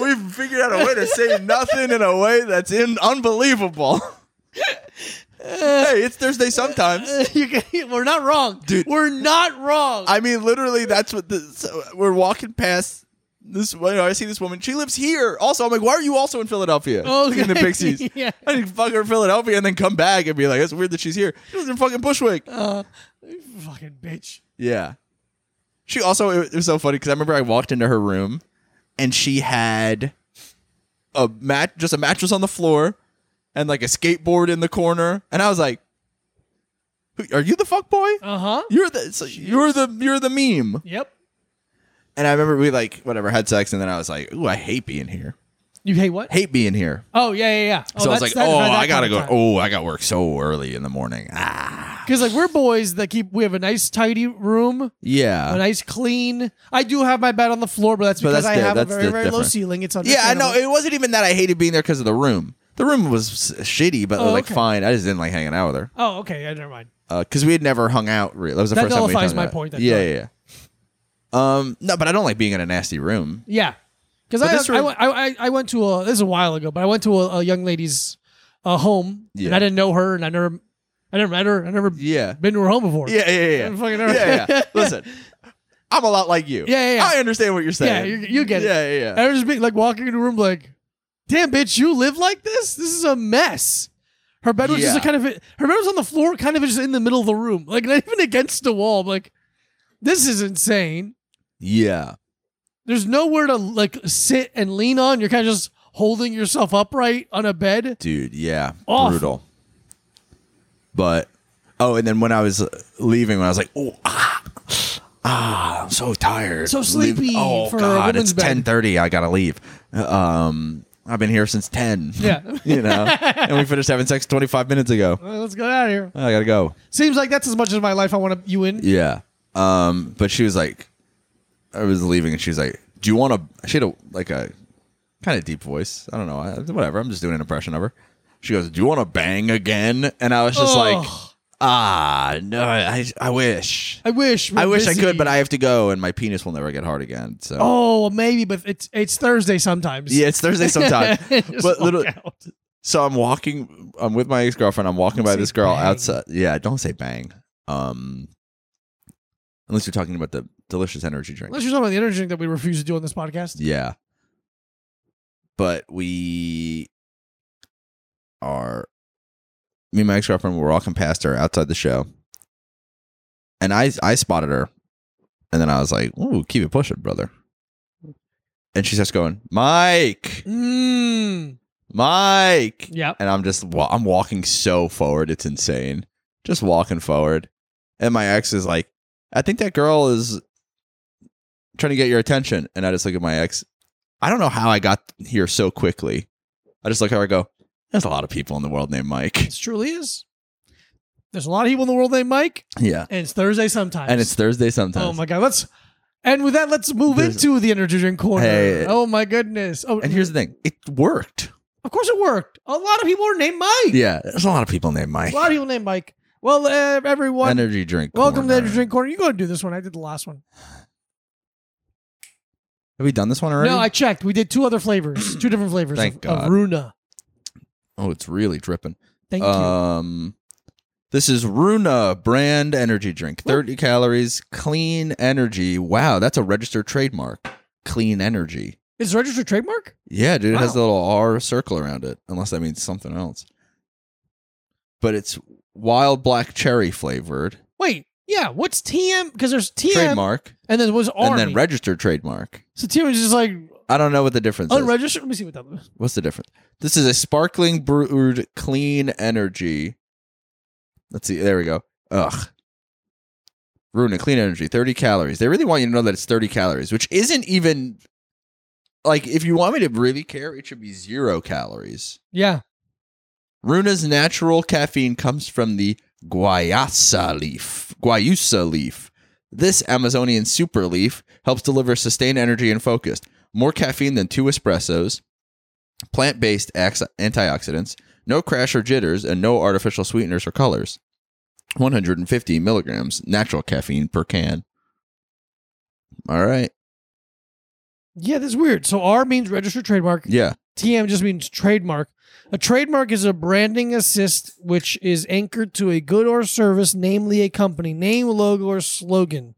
We've figured out a way to say nothing in a way that's in- unbelievable. hey, it's Thursday sometimes. You can- we're not wrong, Dude. We're not wrong. I mean, literally, that's what the, so we're walking past. This you know, I see this woman. She lives here. Also, I'm like, why are you also in Philadelphia? Okay. In the Pixies. Yeah. I didn't fuck her in Philadelphia and then come back and be like, it's weird that she's here. She lives in fucking Bushwick. uh, you fucking bitch. Yeah. She also it, was so funny because I remember I walked into her room and she had a mat just a mattress on the floor and like a skateboard in the corner and I was like, "Who- "Are you the fuck boy? Uh huh. You're the so you're the you're the meme." Yep. And I remember we like whatever had sex, and then I was like, "Ooh, I hate being here. You hate what? Hate being here." Oh yeah, yeah, yeah. Oh, so I that's- was like, that's "Oh, about that I gotta kind go. of time. Oh, I got work so early in the morning." Ah, Because like we're boys that keep we have a nice tidy room, Uh-huh. a yeah, nice clean. I do have my bed on the floor, but that's But because that's I di- have a that's very di- very low different. ceiling. It's yeah. I know understandable. it wasn't even that I hated being there because of the room. The room was s- shitty, but Oh, like okay. fine. I just didn't like hanging out with her Oh, okay. Yeah, never mind. because we had never hung out. Really, that was the That first time. we nullifies hung my out. point, that Yeah, time. yeah, yeah. Um, no, but I don't like being in a nasty room. Yeah, because But I, this I, room- went- I, I I went to a this is a while ago, but I went to a, a young lady's uh, home Yeah. and I didn't know her, and I never I never met her, I never Yeah. been to her home before. Yeah, yeah, yeah. I'm Yeah, fucking- yeah. yeah. Listen, I'm a lot like you. Yeah, yeah, yeah. I understand what you're yeah, saying. you, you get it. Uh, Yeah, yeah, yeah. I was just being like walking in the room, like, damn, bitch, you live like this. This is a mess. Her bed was just Yeah. a kind of her bed was on the floor, kind of just in the middle of the room, like not even against the wall. I'm like, this is insane. Yeah. There's nowhere to like sit and lean on. You're kind of just holding yourself upright on a bed. Dude, yeah. Awful. Brutal. But oh, and then when I was uh, leaving, when I was like, oh ah, ah I'm so tired. So sleepy oh for a god, woman's it's bed. ten thirty, I gotta leave. Um I've been here since ten. Yeah. you know. And we finished having sex twenty five minutes ago. Well, let's get out of here. I gotta go. Seems like that's as much as my life I want to, you in. Yeah. Um, but she was like, I was leaving, and she was like, "Do you want to?" She had a like a kind of deep voice. I don't know. I, whatever. I'm just doing an impression of her. She goes, "Do you want to bang again?" And I was just like, Ugh. "Ah, no. I I wish. I wish. we're I wish I busy. could, but I have to go, and my penis will never get hard again." So. Oh, maybe, but it's it's Thursday sometimes. Yeah, it's Thursday sometime. Just but walk little, out. so I'm walking. I'm with my ex girlfriend. I'm walking by say this girl bang. outside. Yeah, don't say bang. Um, unless you're talking about the delicious energy drink. Unless you're talking about the energy drink that we refuse to do on this podcast. Yeah. But we are me and my ex girlfriend were walking past her outside the show. And I I spotted her. And then I was like, ooh, keep it pushing, brother. And she starts going, Mike, Mm. Mike. Yeah. And I'm just wa- I'm walking so forward, it's insane. Just walking forward. And my ex is like, I think that girl is trying to get your attention. And I just look at my ex. I don't know how I got here so quickly. I just look at her and go, There's a lot of people in the world named Mike. It truly is. There's a lot of people in the world named Mike, Yeah. and it's Thursday sometimes. And it's Thursday sometimes. oh my god. Let's and with that, let's move There's- into the energy drink corner. Hey. oh my goodness. Oh, and here's the thing it worked. of course it worked. A lot of people are named Mike. Yeah. There's a lot of people named Mike. A lot of people named Mike. Well, uh, everyone, Energy drink. welcome to corner. the energy drink corner. You go and do this one. I did the last one. Have we done this one already? No, I checked. We did two other flavors, two different flavors Thank of, God. of Runa. oh, it's really dripping. Thank you. Um, this is Runa brand energy drink. 30 calories, clean energy. Wow, that's a registered trademark. Clean energy. Is registered trademark? Yeah, dude, it has a Wow. little R circle around it, unless that means something else. But it's wild black cherry flavored Wait, yeah. What's TM? Because there's TM, trademark and then was Army. and then registered trademark. so TM is just like I don't know what the difference is. unregistered. Let me see what that was. What's the difference? This is a sparkling brewed clean energy. Let's see. There we go. Ugh. Ruin it. Clean energy. 30 calories. They really want you to know that it's 30 calories, which isn't even like if you want me to really care, it should be zero calories. Yeah. Runa's natural caffeine comes from the guayasa leaf. Guayusa leaf. This Amazonian super leaf helps deliver sustained energy and focus. More caffeine than two espressos, plant based ax- antioxidants, no crash or jitters, and no artificial sweeteners or colors. 150 milligrams natural caffeine per can. All right. Yeah, that's weird. So R means registered trademark. Yeah. TM just means trademark. A trademark is a branding assist which is anchored to a good or service, namely a company name, logo, or slogan.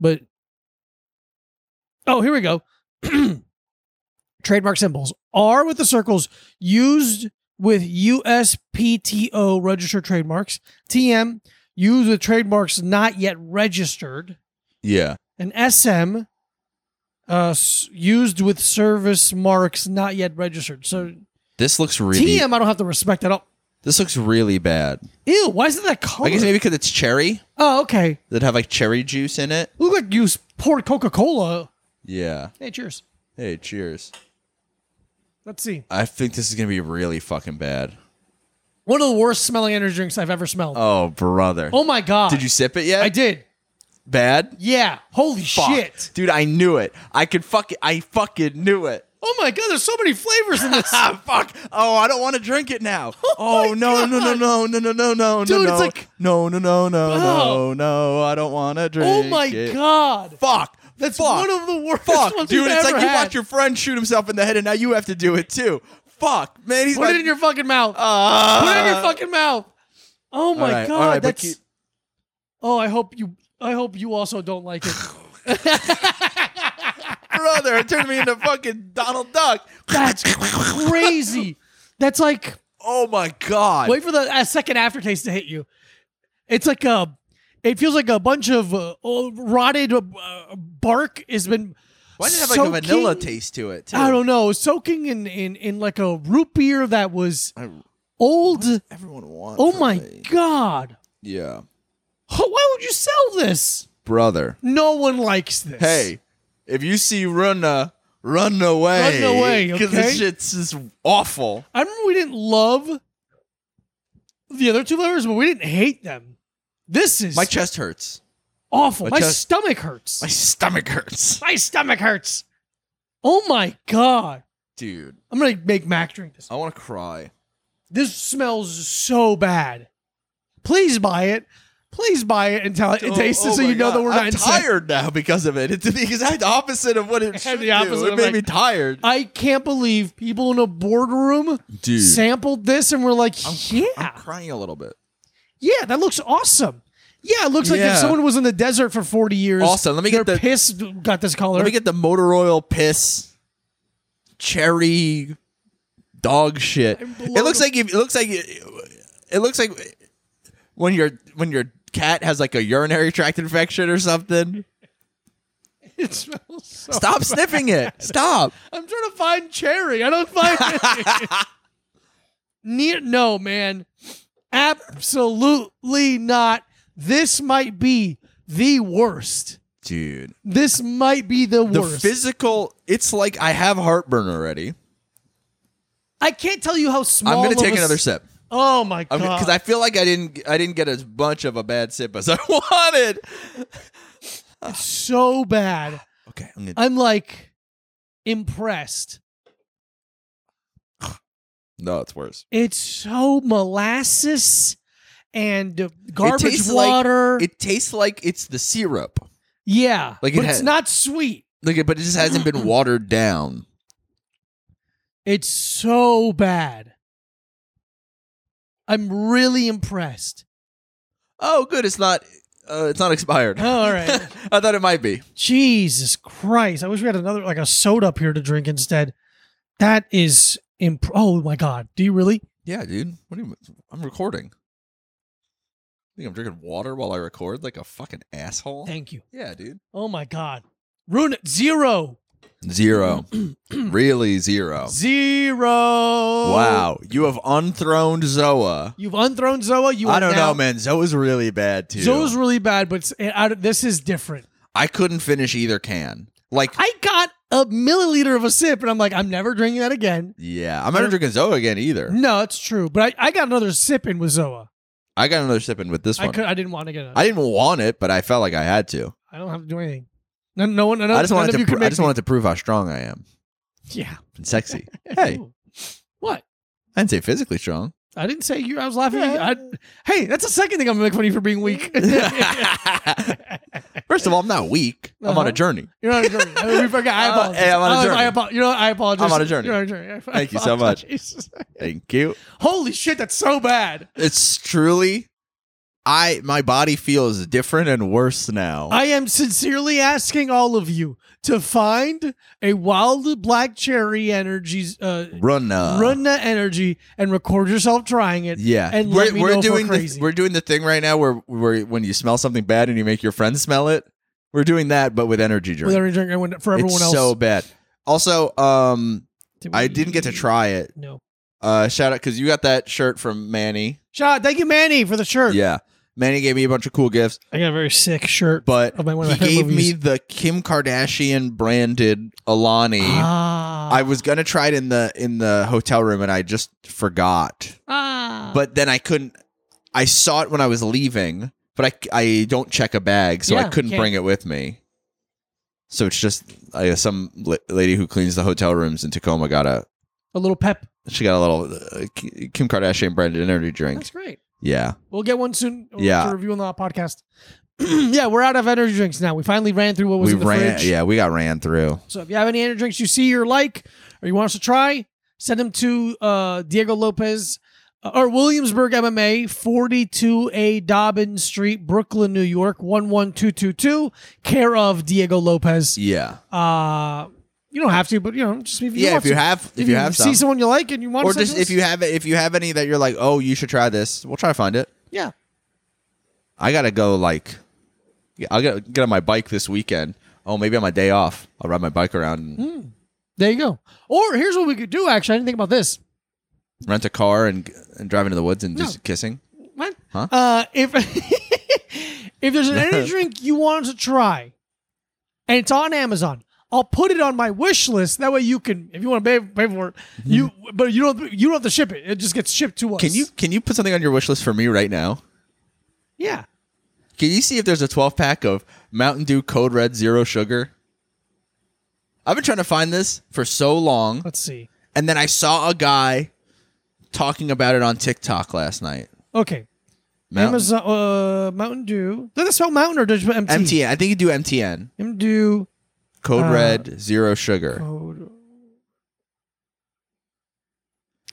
But oh, here we go. trademark symbols R with the circles used with USPTO registered trademarks. TM used with trademarks not yet registered Yeah. an SM uh, s- used with service marks not yet registered. So This looks really TM, I don't have to respect at all. This looks really bad. Ew, why is it that color? I guess maybe because it's cherry oh, okay. that have like cherry juice in it. Look like you s- poured Coca Cola. Yeah. Hey, cheers. Hey, cheers. Let's see. I think this is gonna be really fucking bad. One of the worst smelling energy drinks I've ever smelled. Oh, brother. oh my god! Did you sip it yet? I did. Bad. Yeah. Holy Fuck. shit! dude. I knew it. I could fuck it. I fucking knew it. Oh my god! There's so many flavors in this. Ah, fuck. Oh, I don't want to drink it now. Oh Oh, my no, no, God. no, no, no, no, no, no, Dude, no, it's no. like- no, no, no, no, no, Wow. no. I don't want to drink. oh my it. god! Fuck. That's fuck. one of the worst fuck, ones dude. we've It's ever like you had. watch your friend shoot himself in the head, and now you have to do it too. Fuck, man. He's Put my- it in your fucking mouth. Ah. Put it in your fucking mouth. Oh my right, all god, right, but that's. keep- Oh, I hope you. I hope you also don't like it. brother. It turned me into fucking Donald Duck. That's crazy. That's like Oh my god. Wait for the uh, second aftertaste to hit you. It's like a. It feels like a bunch of uh, old rotted uh, bark has been. Why did it have like a vanilla soaking- taste to it? Too? I don't know. Soaking in in in like a root beer that was I- old. Everyone wants. Oh from my me. god! Yeah, Oh, why would you sell this? brother. No one likes this. Hey, if you see Runna, run away. Run away, okay? this shit's just awful. I remember we didn't love the other two flavors, but we didn't hate them. This is My chest hurts. awful. my My, chest- stomach hurts. My stomach hurts, My stomach hurts. Oh my god! dude. I'm gonna make Mac drink this. I want to cry. This smells so bad. Please buy it. Please buy it and tell it. Oh- taste it oh so my you know God. that we're I'm not insane. tired now because of it. It's the exact opposite of what it It's should the do. opposite It of made like- me tired, I can't believe people in a boardroom dude. sampled this and were like, "Yeah, I'm crying a little bit. yeah, that looks awesome." Yeah, it looks like if Yeah. someone was in the desert for forty years, Awesome. Let me their get the- piss got this color. Let me get the motor oil piss, cherry, dog shit. I'm It blown looks away. like if- it looks like it, it looks like when your when your cat has like a urinary tract infection or something. it smells so. Stop sniffing it. Stop. I'm trying to find cherry. I don't find it. Ne- no, man. Absolutely not. This might be the worst. Dude, This might be the the worst. physical. It's like I have heartburn already. I can't tell you how small. I'm gonna of take a another s- sip Oh my god! because I feel like I didn't I didn't get as much of a bad sip as I wanted. so bad. Okay, I'm gonna, I'm like impressed. no, it's worse. It's so molasses and garbage tastes like- water. It tastes like it's the syrup. yeah, like it but had- it's not sweet. Look, at- but it just hasn't been watered down. It's so bad. I'm really impressed. Oh, good. It's not. Uh, it's not expired. Oh, all right. I thought it might be. Jesus Christ! I wish we had another like a soda up here to drink instead. That is imp. Oh my God! Do you really? Yeah, dude. What do you? I'm recording. think I'm drinking water while I record like a fucking asshole. Thank you. Yeah, dude. Oh my God! Ruin it. Zero. Zero. really zero. Zero. Wow, you have unthroned Zoa. You've unthrown Zoa. You. I are don't now- know, man. Zoa's really bad too. Zoa's really bad, but it's- I don't- this is different. I couldn't finish either can. Like, I got a milliliter of a sip, and I'm like, I'm never drinking that again. yeah, I'm not drinking Zoa again either. No, it's true. But I, I got another sip in with Zoa. I got another sip in with this I one. could. I didn't want to get another. I didn't want it, but I felt like I had to. I don't have to do anything. No, no one. None, I just none wanted of to. you can Pr- I make just me- wanted to prove how strong I am Yeah. and sexy. hey, Ooh. What? I didn't say physically strong. I didn't say you. I was laughing. at you. I, hey, that's the second thing I'm gonna make fun of you for being weak. First of all, I'm not weak. I'm on Uh-huh. a journey. You're on a journey. I- We forgot. I I'm on- apologize. Uh, hey, I'm on a I was- journey. I apo- you know, what? I apologize. I'm on a journey. You're on a journey. I- I Thank you so much. apologize. Thank you. Holy shit, that's so bad. It's truly, I my body feels different and worse now. I am sincerely asking all of you to find a wild black cherry energies uh, Run now. run that energy and record yourself trying it. Yeah, and we're, let me we're know if we're doing crazy. The, we're doing the thing right now where where when you smell something bad and you make your friend smell it. We're doing that, but with energy drink. with every drink I went- for everyone it's else. so bad. Also, um, Did I we- didn't get to try it. No. Uh, shout out because you got that shirt from Manny. Shout out, thank you, Manny, for the shirt. Yeah, Manny gave me a bunch of cool gifts, I got a very sick shirt, but Oh, my- one of he my gave favorite me movies. the Kim Kardashian branded Alani. ah, I was gonna try it in the in the hotel room, and I just forgot. ah. But then I couldn't. I saw it when I was leaving, but I I don't check a bag, so Yeah, I couldn't can't. bring it with me. So it's just I some la- lady who cleans the hotel rooms in Tacoma got a a little pep. she got a little uh, K- Kim Kardashian branded energy drink. That's great. Yeah. We'll get one soon. Yeah. to review on the podcast. yeah, we're out of energy drinks now. We finally ran through what was we in the ran fridge. yeah we got ran through So if you have any energy drinks you see or like, or you want us to try, send them to uh, Diego Lopez uh, or Williamsburg MMA, 42A Dobbin Street, Brooklyn, New York, 11222, care of Diego Lopez. yeah Uh, You don't have to, but you know, just if you Yeah, want if you to. have- if you have see some. someone you like and you want, or to send just to if us, you have if you have any that you're like, oh, you should try this. We'll try to find it. yeah, I gotta go. Like, yeah, I gotta get on my bike this weekend. Oh, maybe on my day off, I'll ride my bike around, and Hmm. there you go. Or here's what we could do. Actually, I didn't think about this. rent a car, and and drive into the woods and just No. kissing. What? Huh? Uh, if if there's an energy drink you want to try, and it's on Amazon, I'll put it on my wish list. That way you can, if you want to pay, pay for it, you but you don't you don't have to ship it. It just gets shipped to us. Mm-hmm. Can you can you put something on your wish list for me right now? Yeah. Can you see if there's a 12 pack of Mountain Dew Code Red Zero Sugar? I've been trying to find this for so long, Let's see. and then I saw a guy talking about it on TikTok last night. Okay. Mountain- Amazon uh, Mountain Dew. Did it spell Mountain or did you put MT? MTN. I think you do MTN. Mountain Dew. Oh, Code Uh, Red Zero Sugar. Code.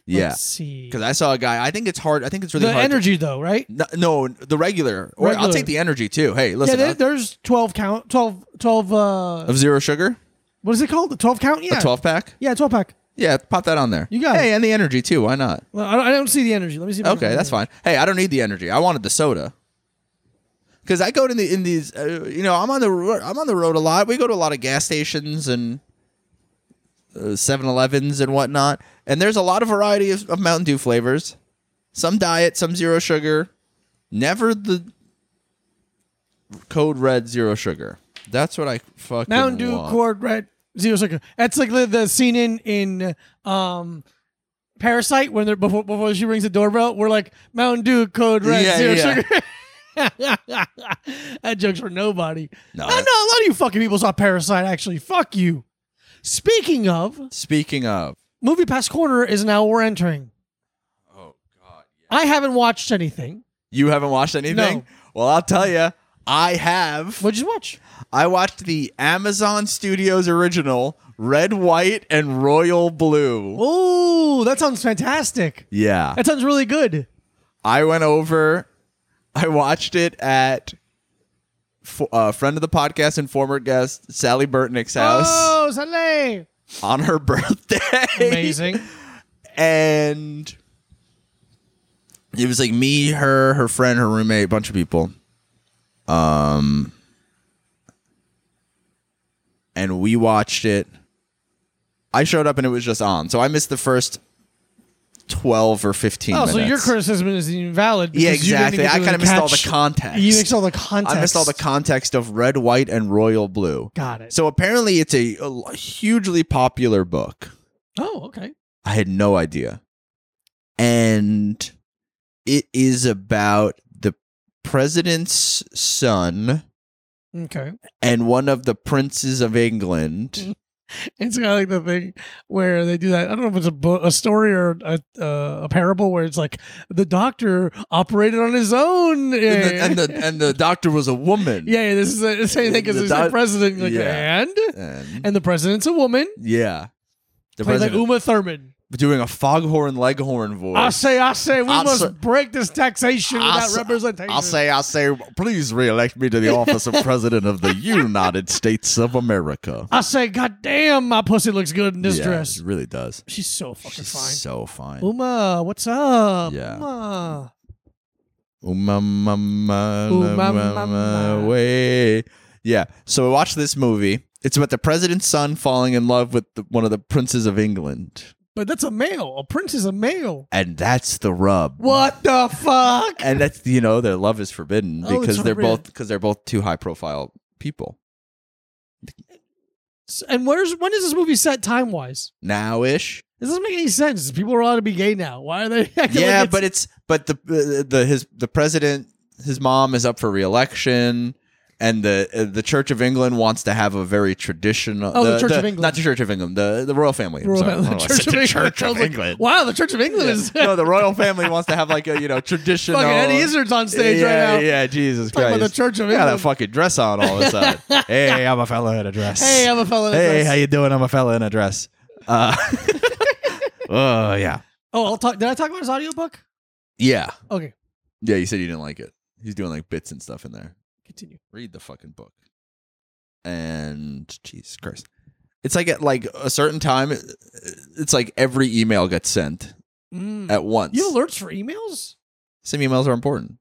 yeah, Let's see. because I saw a guy. I think it's hard. I think it's really the hard. to- energy though, right? no, no, the regular. Or I'll Regular. take the energy too. Hey, listen. yeah, uh, there, there's 12 count, 12, 12, uh, of zero sugar, what is it called? The 12 count? Yeah. a 12 pack. Yeah, 12 pack. Yeah, pop that on there. You got hey, and the energy too. Why not? Well, I don't, I don't see the energy. Let me see. if I can Okay, find that's it. fine. Hey, I don't need the energy. I wanted the soda. Because I go to the in these, uh, you know, I'm on the ro- I'm on the road a lot. We go to a lot of gas stations and uh, Seven Elevens and whatnot. And there's a lot of variety of, of Mountain Dew flavors. Some diet, some zero sugar. Never the code red zero sugar. That's what I fucking Mountain Dew, want. Cord Red, Zero Sugar. That's like the, the scene in in um, Parasite when they're before before she rings the doorbell. We're like Mountain Dew, Code Red, Yeah, Zero yeah. Sugar. that joke's for nobody. No, No, no, that- a lot of you fucking people saw Parasite. Actually, fuck you. Speaking of Speaking of, movie past corner is now we're entering. Oh God! I haven't watched anything. you haven't watched anything. No. Well, I'll tell you, I have. What'd you watch? I watched the Amazon Studios original Red, White, and Royal Blue. Oh, that sounds fantastic. Yeah. That sounds really good. I went over, I watched it at a uh, friend of the podcast and former guest, Sally Burtnick's house Oh, Saleh. on her birthday. Amazing. and it was like me, her, her friend, her roommate, a bunch of people. Um, and we watched it. I showed up and it was just on, so I missed the first twelve or fifteen. Oh, minutes. so your criticism is invalid. yeah, because you didn't exactly. get I to kind of missed all the catch- context. You missed all the context. I missed all the context of red, white, and royal blue. Got it. So apparently, it's a- a hugely popular book. oh, okay. I had no idea. And it is about the president's son Okay. and one of the princes of England. It's kind of like the thing where they do that. I don't know if it's a, bo- a story or a, uh, a parable where it's like the doctor operated on his own. Yeah, And the, and the and the doctor was a woman. yeah, yeah, this is the same thing because The there's the doc- president. Like, yeah. And? And, And the president's a woman. yeah. The Played like president Uma Thurman. doing a foghorn leghorn voice. I say, I say, we I must say- break this taxation I without say- representation. I say, I say, please re-elect me to the office of president of the United States of America. I say, God damn, my pussy looks good in this Yeah, dress. it really does. She's so fucking She's fine. so fine. Uma, what's up? Yeah. Uma. Umamama. Umamamaway. Yeah. So we watched this movie. It's about the president's son falling in love with the, one of the princes of England. But that's a male. A prince is a male. And that's the rub. What the fuck? And that's you know, their love is forbidden Oh, it's because they're forbidden. both because they're both two high profile people. And where's when is this movie set time wise? Now ish. This doesn't make any sense. People are allowed to be gay now. Why are they? Acting Yeah, like but it's but the uh, the his the president his mom is up for re-election and the uh, the Church of England wants to have a very traditional Oh, the Church of England. not the Church of England the the royal family I'm Royal sorry. Family- I don't know why I Church said of the England. Church I of was like, England wow, the Church of England is no the royal family wants to have like a you know traditional fucking Eddie Izzard's on stage yeah, right now. yeah Jesus Talking Christ about the Church of got that England. fucking dress on all of a sudden hey I'm a fella in a dress Hey, I'm a fella. in a hey dress. how you doing I'm a fella in a dress uh oh yeah Oh, I'll talk. Did I talk about his audiobook? yeah Okay, Yeah, you said you didn't like it. He's doing like bits and stuff in there. continue. Read the fucking book. And Jesus Christ. It's like at like a certain time, it- it's like every email gets sent Mm. at once. You have alerts for emails? Some emails are important.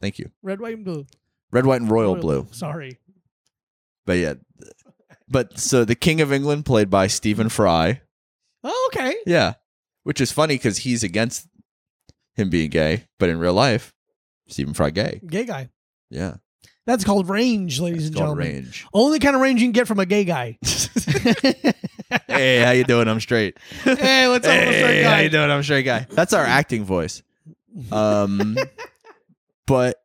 Thank you. Red, white, and blue. Red, white, and royal, blue. Sorry. But yeah, but so the King of England, played by Stephen Fry. Oh, okay. Yeah, which is funny because he's against him being gay, but in real life, Stephen Fry gay. Gay guy. Yeah, That's called range, ladies and it's called gentlemen. range. Only kind of range you can get from a gay guy. hey, how you doing? I'm straight. hey, what's up, Hey, straight how guy? you doing? I'm straight guy. That's our acting voice. Um, but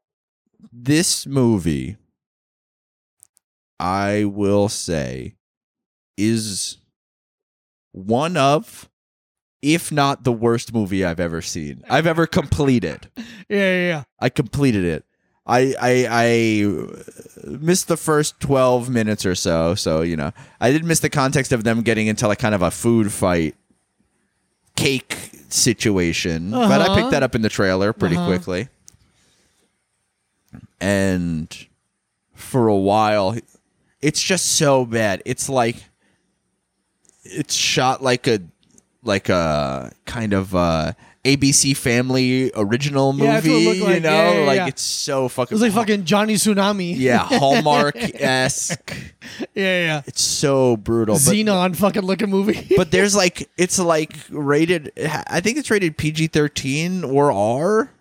this movie, I will say, is one of, if not the worst movie I've ever seen. I've ever completed. Yeah, yeah, yeah. I completed it. I I I missed the first twelve minutes or so. So you know, I did miss the context of them getting into like kind of a food fight, cake situation. But I Uh-huh. picked that up in the trailer pretty Uh-huh. quickly. And for a while, it's just so bad. It's like it's shot like a like a kind of uh ABC Family original movie. Yeah, that's what it looked You like. know, Yeah, yeah, like yeah. it's so It fucking. was like fucking Johnny Tsunami. yeah, Hallmark esque. yeah, yeah. It's so brutal. But, Xenon fucking looking movie. but there's like it's like rated. I think it's rated PG thirteen or R.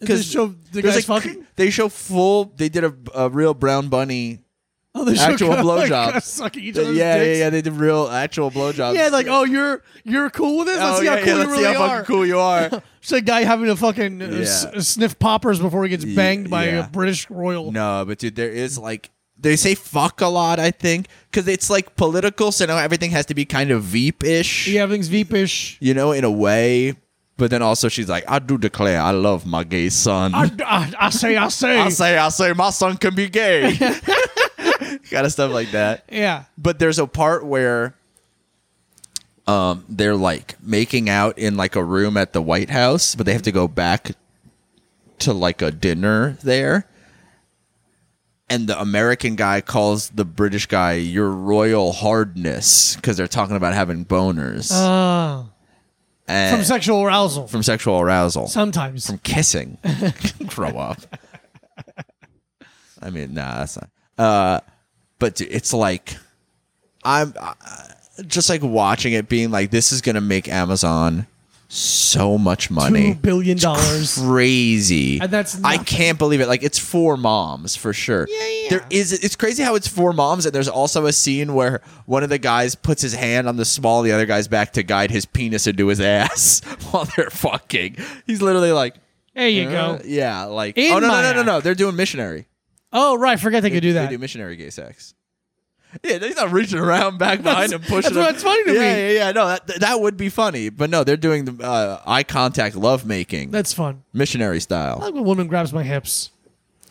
Because show the There's guy's like fucking. they show full. They did a, a real brown bunny. Oh, they show actual guys- blowjobs. guys Sucking each Yeah, other's yeah, dicks. yeah. They did real actual blowjobs. Yeah, like oh, you're you're cool with this. Let's Oh, see how yeah, yeah, cool let's you see really how are. fucking cool you are. It's a guy having to fucking uh, s- Yeah. sniff poppers before he gets Ye- banged by yeah. a British royal. No, but dude, there is like they say fuck a lot. I think because it's like political, so now everything has to be kind of veep ish. Yeah, everything's veepish. you know, in a way. But then also she's like, I do declare, I love my gay son. I, I, I, I say, I say, say, I say, my son can be gay. kind of stuff like that. Yeah, But there's a part where. Um, they're like making out in like a room at the White House, but they have to go back to like a dinner there. And the American guy calls the British guy your royal hardness because they're talking about having boners uh, and from sexual arousal. from sexual arousal. Sometimes. from kissing. Grow up. I mean, nah, that's not. Uh, but dude, it's like I'm uh, just like watching it, being like, this is gonna make Amazon so much money. Two billion dollars. Crazy, And that's I nothing. can't believe it. Like it's for moms for sure. Yeah, yeah. There is it's crazy how it's for moms, and there's also a scene where one of the guys puts his hand on the small of the other guy's back to guide his penis into his ass while they're fucking. He's literally like, There you uh, go. Yeah, like In oh no no my no no no, ass. they're doing missionary. Oh right, forget they could do that. They do missionary gay sex. Yeah, he's not reaching around back behind him, That's- pushing. that's him. what's funny to yeah, me. Yeah, yeah, no, that that would be funny, but no, they're doing the uh, eye contact love making That's fun. missionary I style. like when a woman grabs my hips.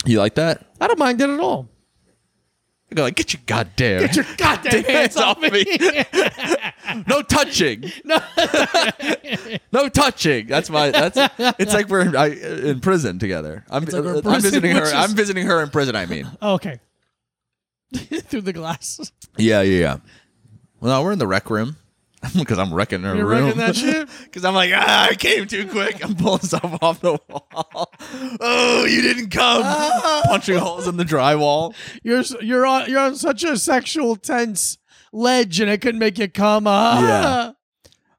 You like that? I don't mind it at all. I go like, get your goddamn, Get your goddamn hands off me. no touching, no, no touching. That's my. That's it's like we're in, I, in prison together. I'm, like we're in I'm prison, visiting her. which is- I'm visiting her in prison. I mean. Oh, okay. Through the glass. Yeah, yeah, yeah. Well, no, we're in the rec room because I'm wrecking her You're room. wrecking that shit? Because I'm like, ah, I came too quick. I'm pulling stuff off the wall. Oh, you didn't come. Ah. Punching holes in the drywall. You're s- you're on you're on such a sexual tense ledge, and I couldn't make you come. Ah.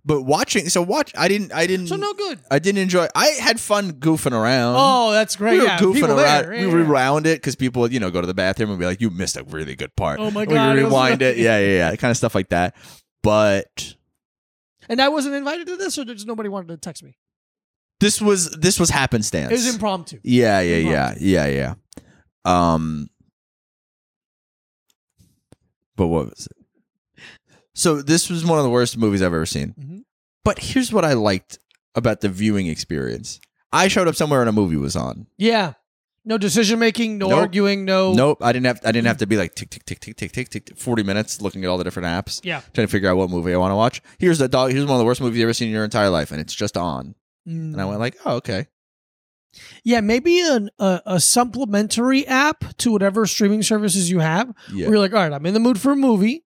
But watching, so watch. I didn't. I didn't. So no good. I didn't enjoy. I had fun goofing around. Oh, that's great. Uh-huh. we were yeah, goofing people around. there. we Yeah, yeah. rewound it because people would, you know, go to the bathroom and be like, "You missed a really good part." Oh my We God, it was rewind it. like- Yeah, yeah, yeah. Kind of stuff like that. But And I wasn't invited to this, or just nobody wanted to text me. this was this was happenstance. It was impromptu. Yeah, yeah, yeah, Involved. yeah, yeah. Um, but what was it? So this was one of the worst movies I've ever seen. Mhm. But here's what I liked about the viewing experience. I showed up somewhere and a movie was on. Yeah. No decision making. No Nope. arguing. No. Nope, I didn't have I Mm-hmm. didn't have to be like tick tick tick tick tick tick tick tick, forty minutes looking at all the different apps Yeah. trying to figure out what movie I want to watch. Here's the dog. Here's one of the worst movies you've ever seen in your entire life, and it's just on. Mm. And I went like, oh okay. Yeah, maybe an, a, a supplementary app to whatever streaming services you have. Yeah. Where you're like, all right, I'm in the mood for a movie.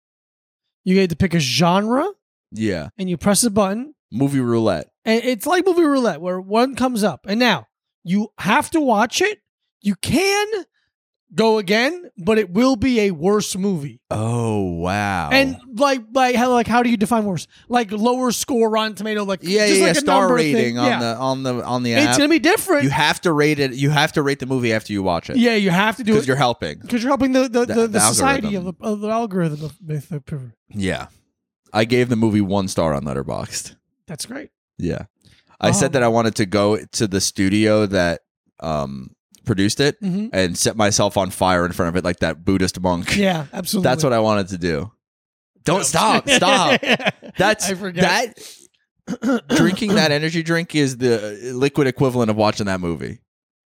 You get to pick a genre Yeah. and you press a button. Movie roulette. And it's like movie roulette where one comes up. And now you have to watch it. You can go again, but it will be a worse movie. Oh wow. And like like how like how do you define worse? Like lower score Rotten Tomato, like yeah, just yeah, like a star number thing. rating on Yeah. the on the on the it's app. gonna be different. you have to rate it. You have to rate the movie after you watch it. yeah, you have to do Because it you're helping. because you're helping the the, the, The- the, the society of the, algorithm. of the algorithm of of the prover- Yeah. I gave the movie one star on Letterboxd. That's great. Yeah. I Um, said that I wanted to go to the studio that um produced it hmm and set myself on fire in front of it like that Buddhist monk. Yeah, absolutely. That's what I wanted to do. Don't stop. Stop. That's I forget. that drinking that energy drink is the liquid equivalent of watching that movie.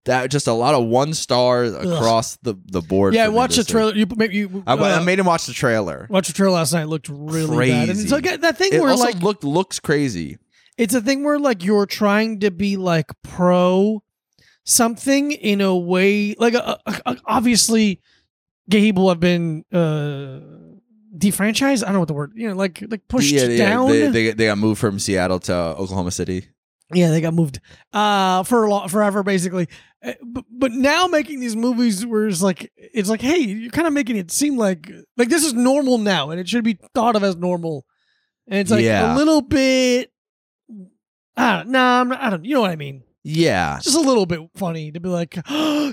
That just a lot of one star across the, the board. yeah, for me watch the this trailer. You maybe you week. I, I uh, made him watch the trailer. watch the trailer last night. It looked really bad. And Crazy. so again, that thing It where also like looked looks crazy. it's a thing where like you're trying to be like pro something in a way like uh, uh, uh, obviously gay people have been uh defranchised i don't know what the word you know like like pushed yeah, yeah, down They, they, they got moved from Seattle to Oklahoma City. yeah they got moved uh for a lot forever basically Uh, but, but now making these movies where it's like it's like hey you're kind of making it seem like like this is normal now and it should be thought of as normal and it's like Yeah. a little bit I don't, nah, I'm not, I don't you know what i mean Yeah, It's just a little bit funny to be like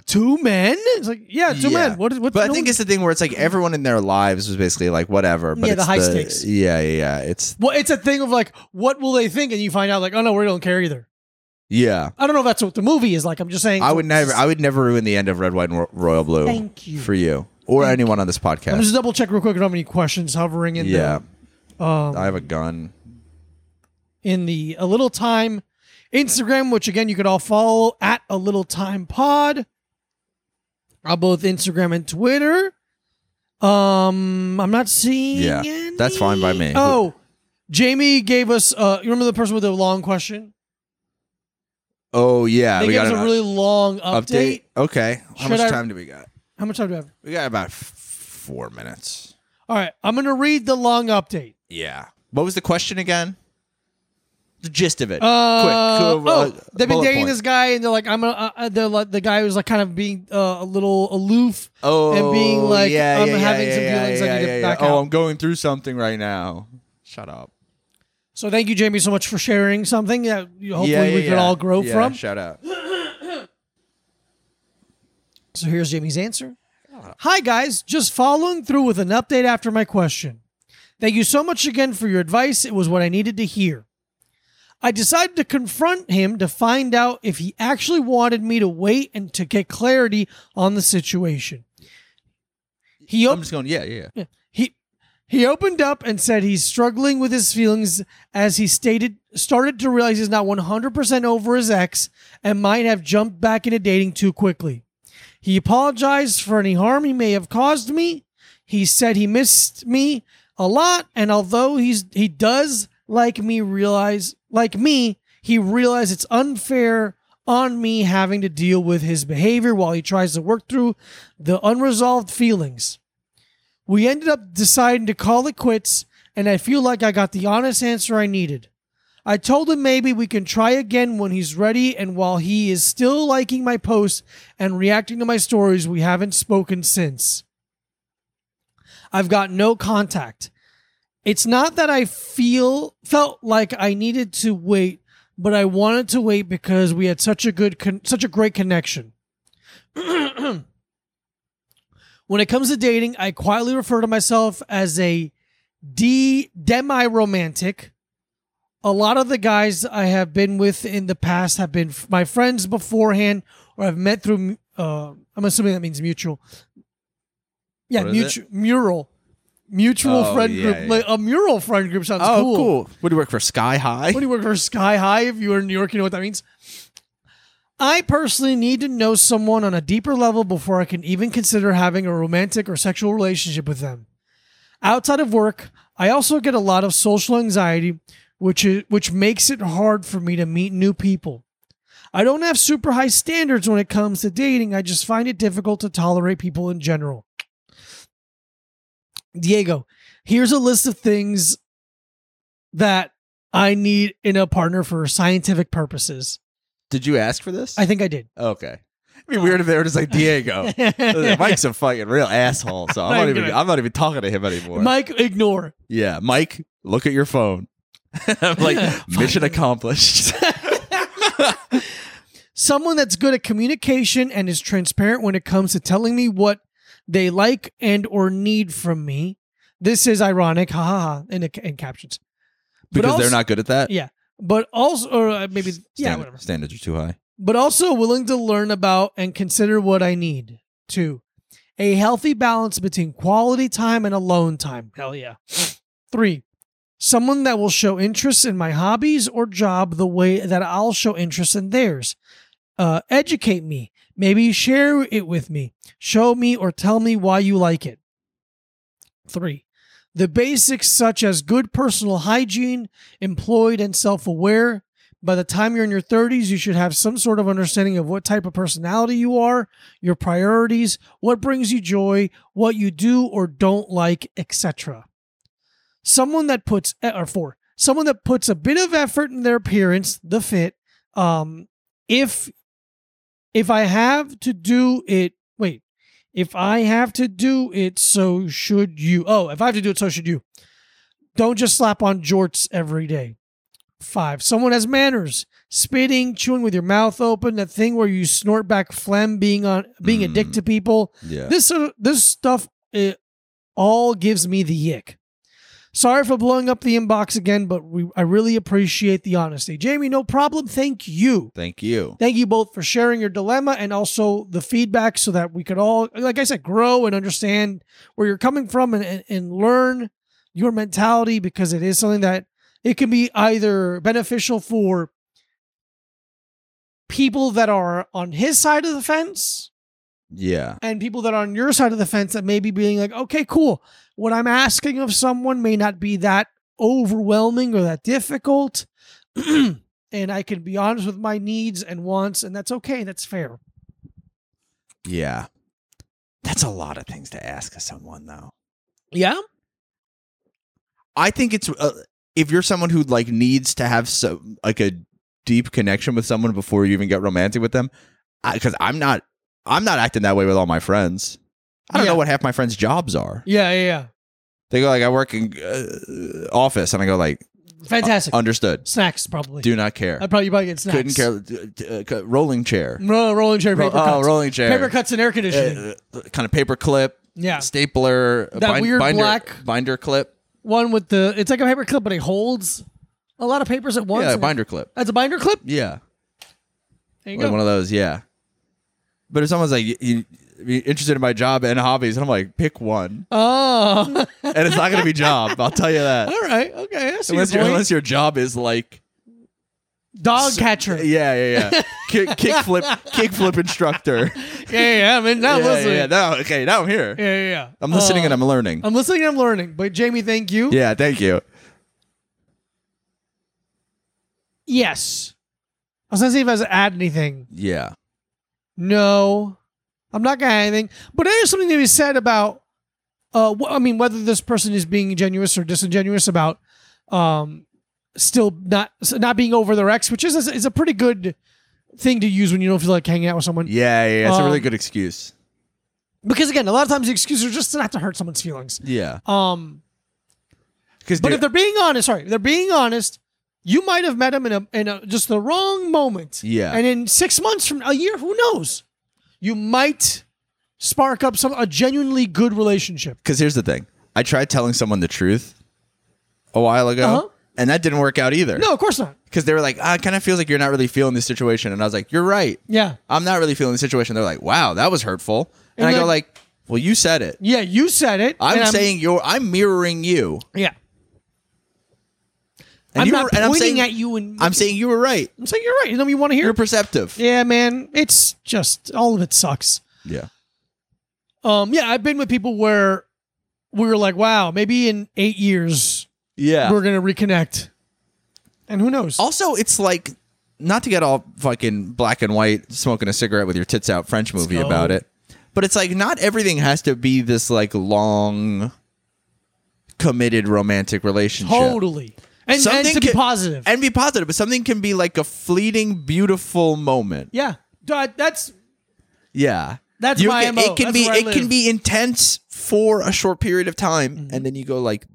two men. It's like yeah, two Yeah. men. What is what? but I no think one- it's the thing where it's like everyone in their lives was basically like whatever. But Yeah, the it's high stakes. Yeah, yeah, yeah. It's well, it's a thing of like what will they think, and you find out like oh no, we don't care either. yeah. I don't know if that's what the movie is like. I'm just saying. I would never. I would never ruin the end of Red, White, and Ro- Royal Blue. Thank you. for you or Thank anyone on this I'm podcast. just double check real quick. if I don't have any questions hovering in Yeah, the um, I have a gun. in the a little time Instagram, which again you could all follow at a little time pod on both Instagram and Twitter. Um, I'm not seeing. Yeah, any- that's fine by me. Oh, Jamie gave us. Uh, you remember the person with the long question? Oh yeah, they we gave got us an a really long update. update. Okay, how Should much I- time do we got? How much time do I have? We got about f- four minutes. All right, I'm gonna read the long update. Yeah. What was the question again? The gist of it. Uh, Quick. oh, they've been dating this. this guy, and they're like, I'm gonna. Uh, uh, they're like the guy who's like kind of being uh, a little aloof. oh, and being like, yeah, I'm yeah, having yeah, some yeah, feelings, I yeah, need to yeah, yeah. back Oh, out. I'm going through something right now. Shut up. So thank you, Jamie, so much for sharing something that you- hopefully Yeah, yeah, we can yeah. all grow Yeah, from. Shut up. So here's Jamie's answer. Hi, guys. Just following through with an update after my question. Thank you so much again for your advice. It was what I needed to hear. I decided to confront him to find out if he actually wanted me to wait and to get clarity on the situation. He I'm op- just going. Yeah, yeah. yeah. he he opened up and said he's struggling with his feelings as he stated started to realize he's not 100% over his ex and might have jumped back into dating too quickly. He apologized for any harm he may have caused me. He said he missed me a lot and although he's he does like me realize like me, he realized it's unfair on me having to deal with his behavior while he tries to work through the unresolved feelings. We ended up deciding to call it quits, and I feel like I got the honest answer I needed. I told him maybe we can try again when he's ready, and while he is still liking my posts and reacting to my stories, we haven't spoken since. I've got no contact. It's not that I feel felt like I needed to wait, but I wanted to wait because we had such a good con- such a great connection. When it comes to dating, I quietly refer to myself as a D demi romantic. A lot of the guys I have been with in the past have been f- my friends beforehand, or I've met through. Uh, I'm assuming that means mutual. Yeah, What is mutual mural, mutual Oh, friend yeah, group. yeah. Like, a mural friend group sounds oh, cool. cool. What do you work for? Sky High. What do you work for Sky High? If you were in New York, you know what that means. I personally need to know someone on a deeper level before I can even consider having a romantic or sexual relationship with them. Outside of work, I also get a lot of social anxiety, which is, which makes it hard for me to meet new people. I don't have super high standards when it comes to dating. I just find it difficult to tolerate people in general. Diego, here's a list of things that I need in a partner for scientific purposes. Did you ask for this? I think I did. okay. It'd be weird if they were just like Diego. Mike's a fucking real asshole, so I'm I'm not even gonna- I'm not even talking to him anymore. Mike, ignore. yeah, Mike, look at your phone. I'm like mission accomplished. Someone that's good at communication and is transparent when it comes to telling me what they like and or need from me. This is ironic, ha ha ha, in, the- in captions. But because also- they're not good at that. Yeah, But also, or uh, maybe, yeah, Standard- whatever. Standards are too high. but also willing to learn about and consider what I need. Two, a healthy balance between quality time and alone time. Hell yeah. Three, someone that will show interest in my hobbies or job the way that I'll show interest in theirs. Uh, educate me. Maybe share it with me. Show me or tell me why you like it. Three, the basics such as good personal hygiene, employed and self aware, by the time you're in your 30s, you should have some sort of understanding of what type of personality you are, your priorities, what brings you joy, what you do or don't like, etc. Someone that puts eh, or four, someone that puts a bit of effort in their appearance, the fit. Um, if if I have to do it, wait. If I have to do it, so should you. Oh, if I have to do it, so should you. Don't just slap on jorts every day. Five, someone has manners. Spitting, chewing with your mouth open, that thing where you snort back phlegm, being on being a dick Mm. to people. Yeah. This sort of- this stuff it all gives me the yick. Sorry for blowing up the inbox again, but we, I really appreciate the honesty. Jamie, no problem. Thank you. Thank you. Thank you both for sharing your dilemma and also the feedback so that we could all, like I said, grow and understand where you're coming from and, and, and learn your mentality because it is something that it can be either beneficial for people that are on his side of the fence Yeah. and people that are on your side of the fence that may be being like, okay, cool. What I'm asking of someone may not be that overwhelming or that difficult. and I can be honest with my needs and wants, and that's okay. That's fair. Yeah. That's a lot of things to ask of someone though. Yeah. I think it's uh, if you're someone who like needs to have so like a deep connection with someone before you even get romantic with them, because I'm not I'm not acting that way with all my friends. I don't Yeah. know what half my friends' jobs are. Yeah. Yeah. They go like, I work in uh, office, and I go like, yeah. Fantastic. understood. snacks, probably. Do not care. I'd probably buy get snacks. Couldn't care. d- d- Uh, rolling chair. Ro- rolling chair Ro- paper oh, cuts. rolling Uh, chair. paper cuts and air conditioning. kind of paper clip. yeah. Stapler. That weird binder, black- binder clip. One with the, it's like a paper clip, but it holds a lot of papers at once. Yeah, and it- binder clip. That's a binder clip. Yeah. There you like go. one of those, yeah. But if someone's like, you, you, you interested in my job and hobbies, and I'm like, pick one, oh. and it's not gonna be job. I'll tell you that. All right. Okay. I see Unless, your your point. unless your job is like, Dog catcher. Yeah, yeah, yeah, yeah, kick, kick flip, kick flip instructor. yeah, yeah. I mean, now I'm yeah, listening. yeah, Yeah, now, okay, now I'm here. yeah, yeah, yeah. I'm listening Uh, and I'm learning. I'm listening and I'm learning. But Jamie, thank you. yeah, thank you. Yes. I was gonna see if I was to add anything. Yeah, No, I'm not gonna add anything. But there's something to be said about, uh, wh- I mean, whether this person is being genuous or disingenuous about, um, still not so not being over their ex, which is is a pretty good thing to use when you don't feel like hanging out with someone. yeah, yeah. yeah. It's a really Um, good excuse. Because again, a lot of times the excuses are just not to hurt someone's feelings. Yeah, Um, because But if they're being honest, sorry, if they're being honest, you might have met him in a in a, just the wrong moment. Yeah. And in six months from a year, who knows? You might spark up some a genuinely good relationship. because here's the thing. I tried telling someone the truth a while ago, Uh-huh. and that didn't work out either. No, of course not. because they were like, ah, it kind of feels like you're not really feeling this situation. And I was like, you're right. Yeah. I'm not really feeling the situation. They're like, wow, that was hurtful. And, And I then- go like, well, you said it. Yeah, you said it. I'm and saying you're, I'm mirroring you. Yeah. And I'm you not were- pointing and I'm saying- at you and I'm saying you were right. I'm saying you're right. You know what you want to hear? You're perceptive. yeah, man. It's just all of it sucks. Yeah. Um, yeah, I've been with people where we were like, wow, maybe in eight years Yeah. we're gonna reconnect. And who knows? also, it's like not to get all fucking black and white smoking a cigarette with your tits out French movie go. about it. But it's like not everything has to be this like long committed romantic relationship. Totally. And, and to be can- positive. And be positive, but something can be like a fleeting beautiful moment. yeah. That- That's Yeah. That's You my can, MO. it can That's be where I it can live. Mm-hmm. be intense for a short period of time and then you go like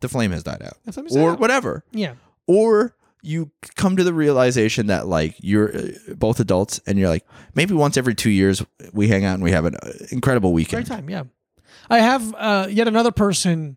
the flame has died out flame has or died out. whatever. yeah. or you come to the realization that like you're uh, both adults and you're like maybe once every two years we hang out and we have an uh, incredible Great weekend time, yeah. I have uh, yet another person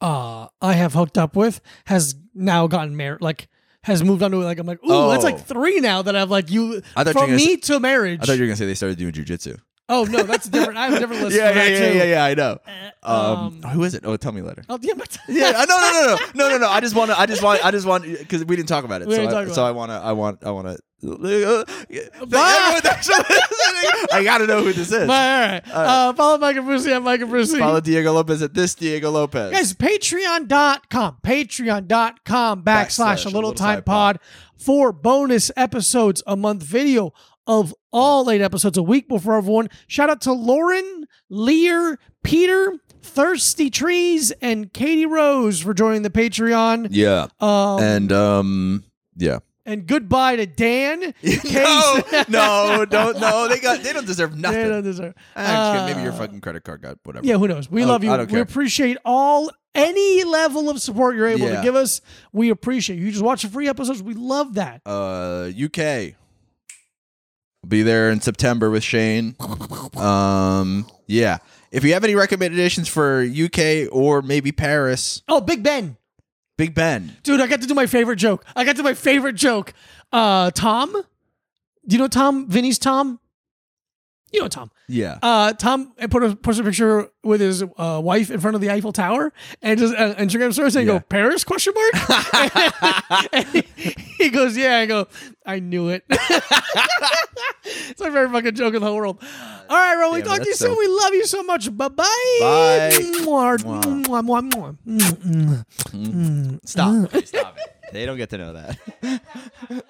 uh I have hooked up with has now gotten married like has moved on to like I'm like, ooh, that's Oh. like three now that I've like you I thought you were from gonna me to marriage. i thought you were gonna say they started doing jujitsu oh no, that's different. I have a different list. for that too. i know Um, um, who is it oh tell me later Oh, damn it. yeah uh, no no no no no no no i just want to i just want i just want because we didn't talk about it We so, didn't I, talk about so it. I wanna i want i wanna Everyone that's listening, i gotta know who this is But, all right. Uh, follow Mike and Brucey at Mike and Brucey. follow diego lopez at this diego lopez Guys, patreon.com, patreon.com backslash, Backslash a little time pod for bonus episodes a month video of all eight episodes a week before everyone. Shout out to Lauren, Lear, Peter, Thirsty Trees, and Katie Rose for joining the Patreon. yeah Um, and, and um yeah goodbye to Dan. no, no, don't. No, they got. They don't deserve nothing. Dan deserve. Actually, maybe your Uh, fucking credit card got whatever. Yeah, who knows? We I love don't- you. I don't We care. appreciate all any level of support you're able to Yeah. give us. We appreciate you. Just watch the free episodes. We love that. Uh, UK. Be there in September with Shane. Um, yeah. If you have any recommendations for UK or maybe Paris, Oh, Big Ben. Big Ben. Dude, I got to do my favorite joke. I got to do my favorite joke. Uh Tom? Do you know Tom? Vinny's Tom? You know Tom. Yeah. Uh Tom put a posted a picture with his uh, wife in front of the Eiffel Tower and just uh, Instagram story saying Yeah. go Paris question mark. And he, he goes, Yeah, I go, I knew it. it's my favorite fucking joke in the whole world. All right, Ron, we Damn it, talk to you that's soon. so- We love you so much. Bye-bye. Bye. Mwah, Mwah. mwah, mwah, mwah. Mm, mm. Stop. Stop it. They don't get to know that.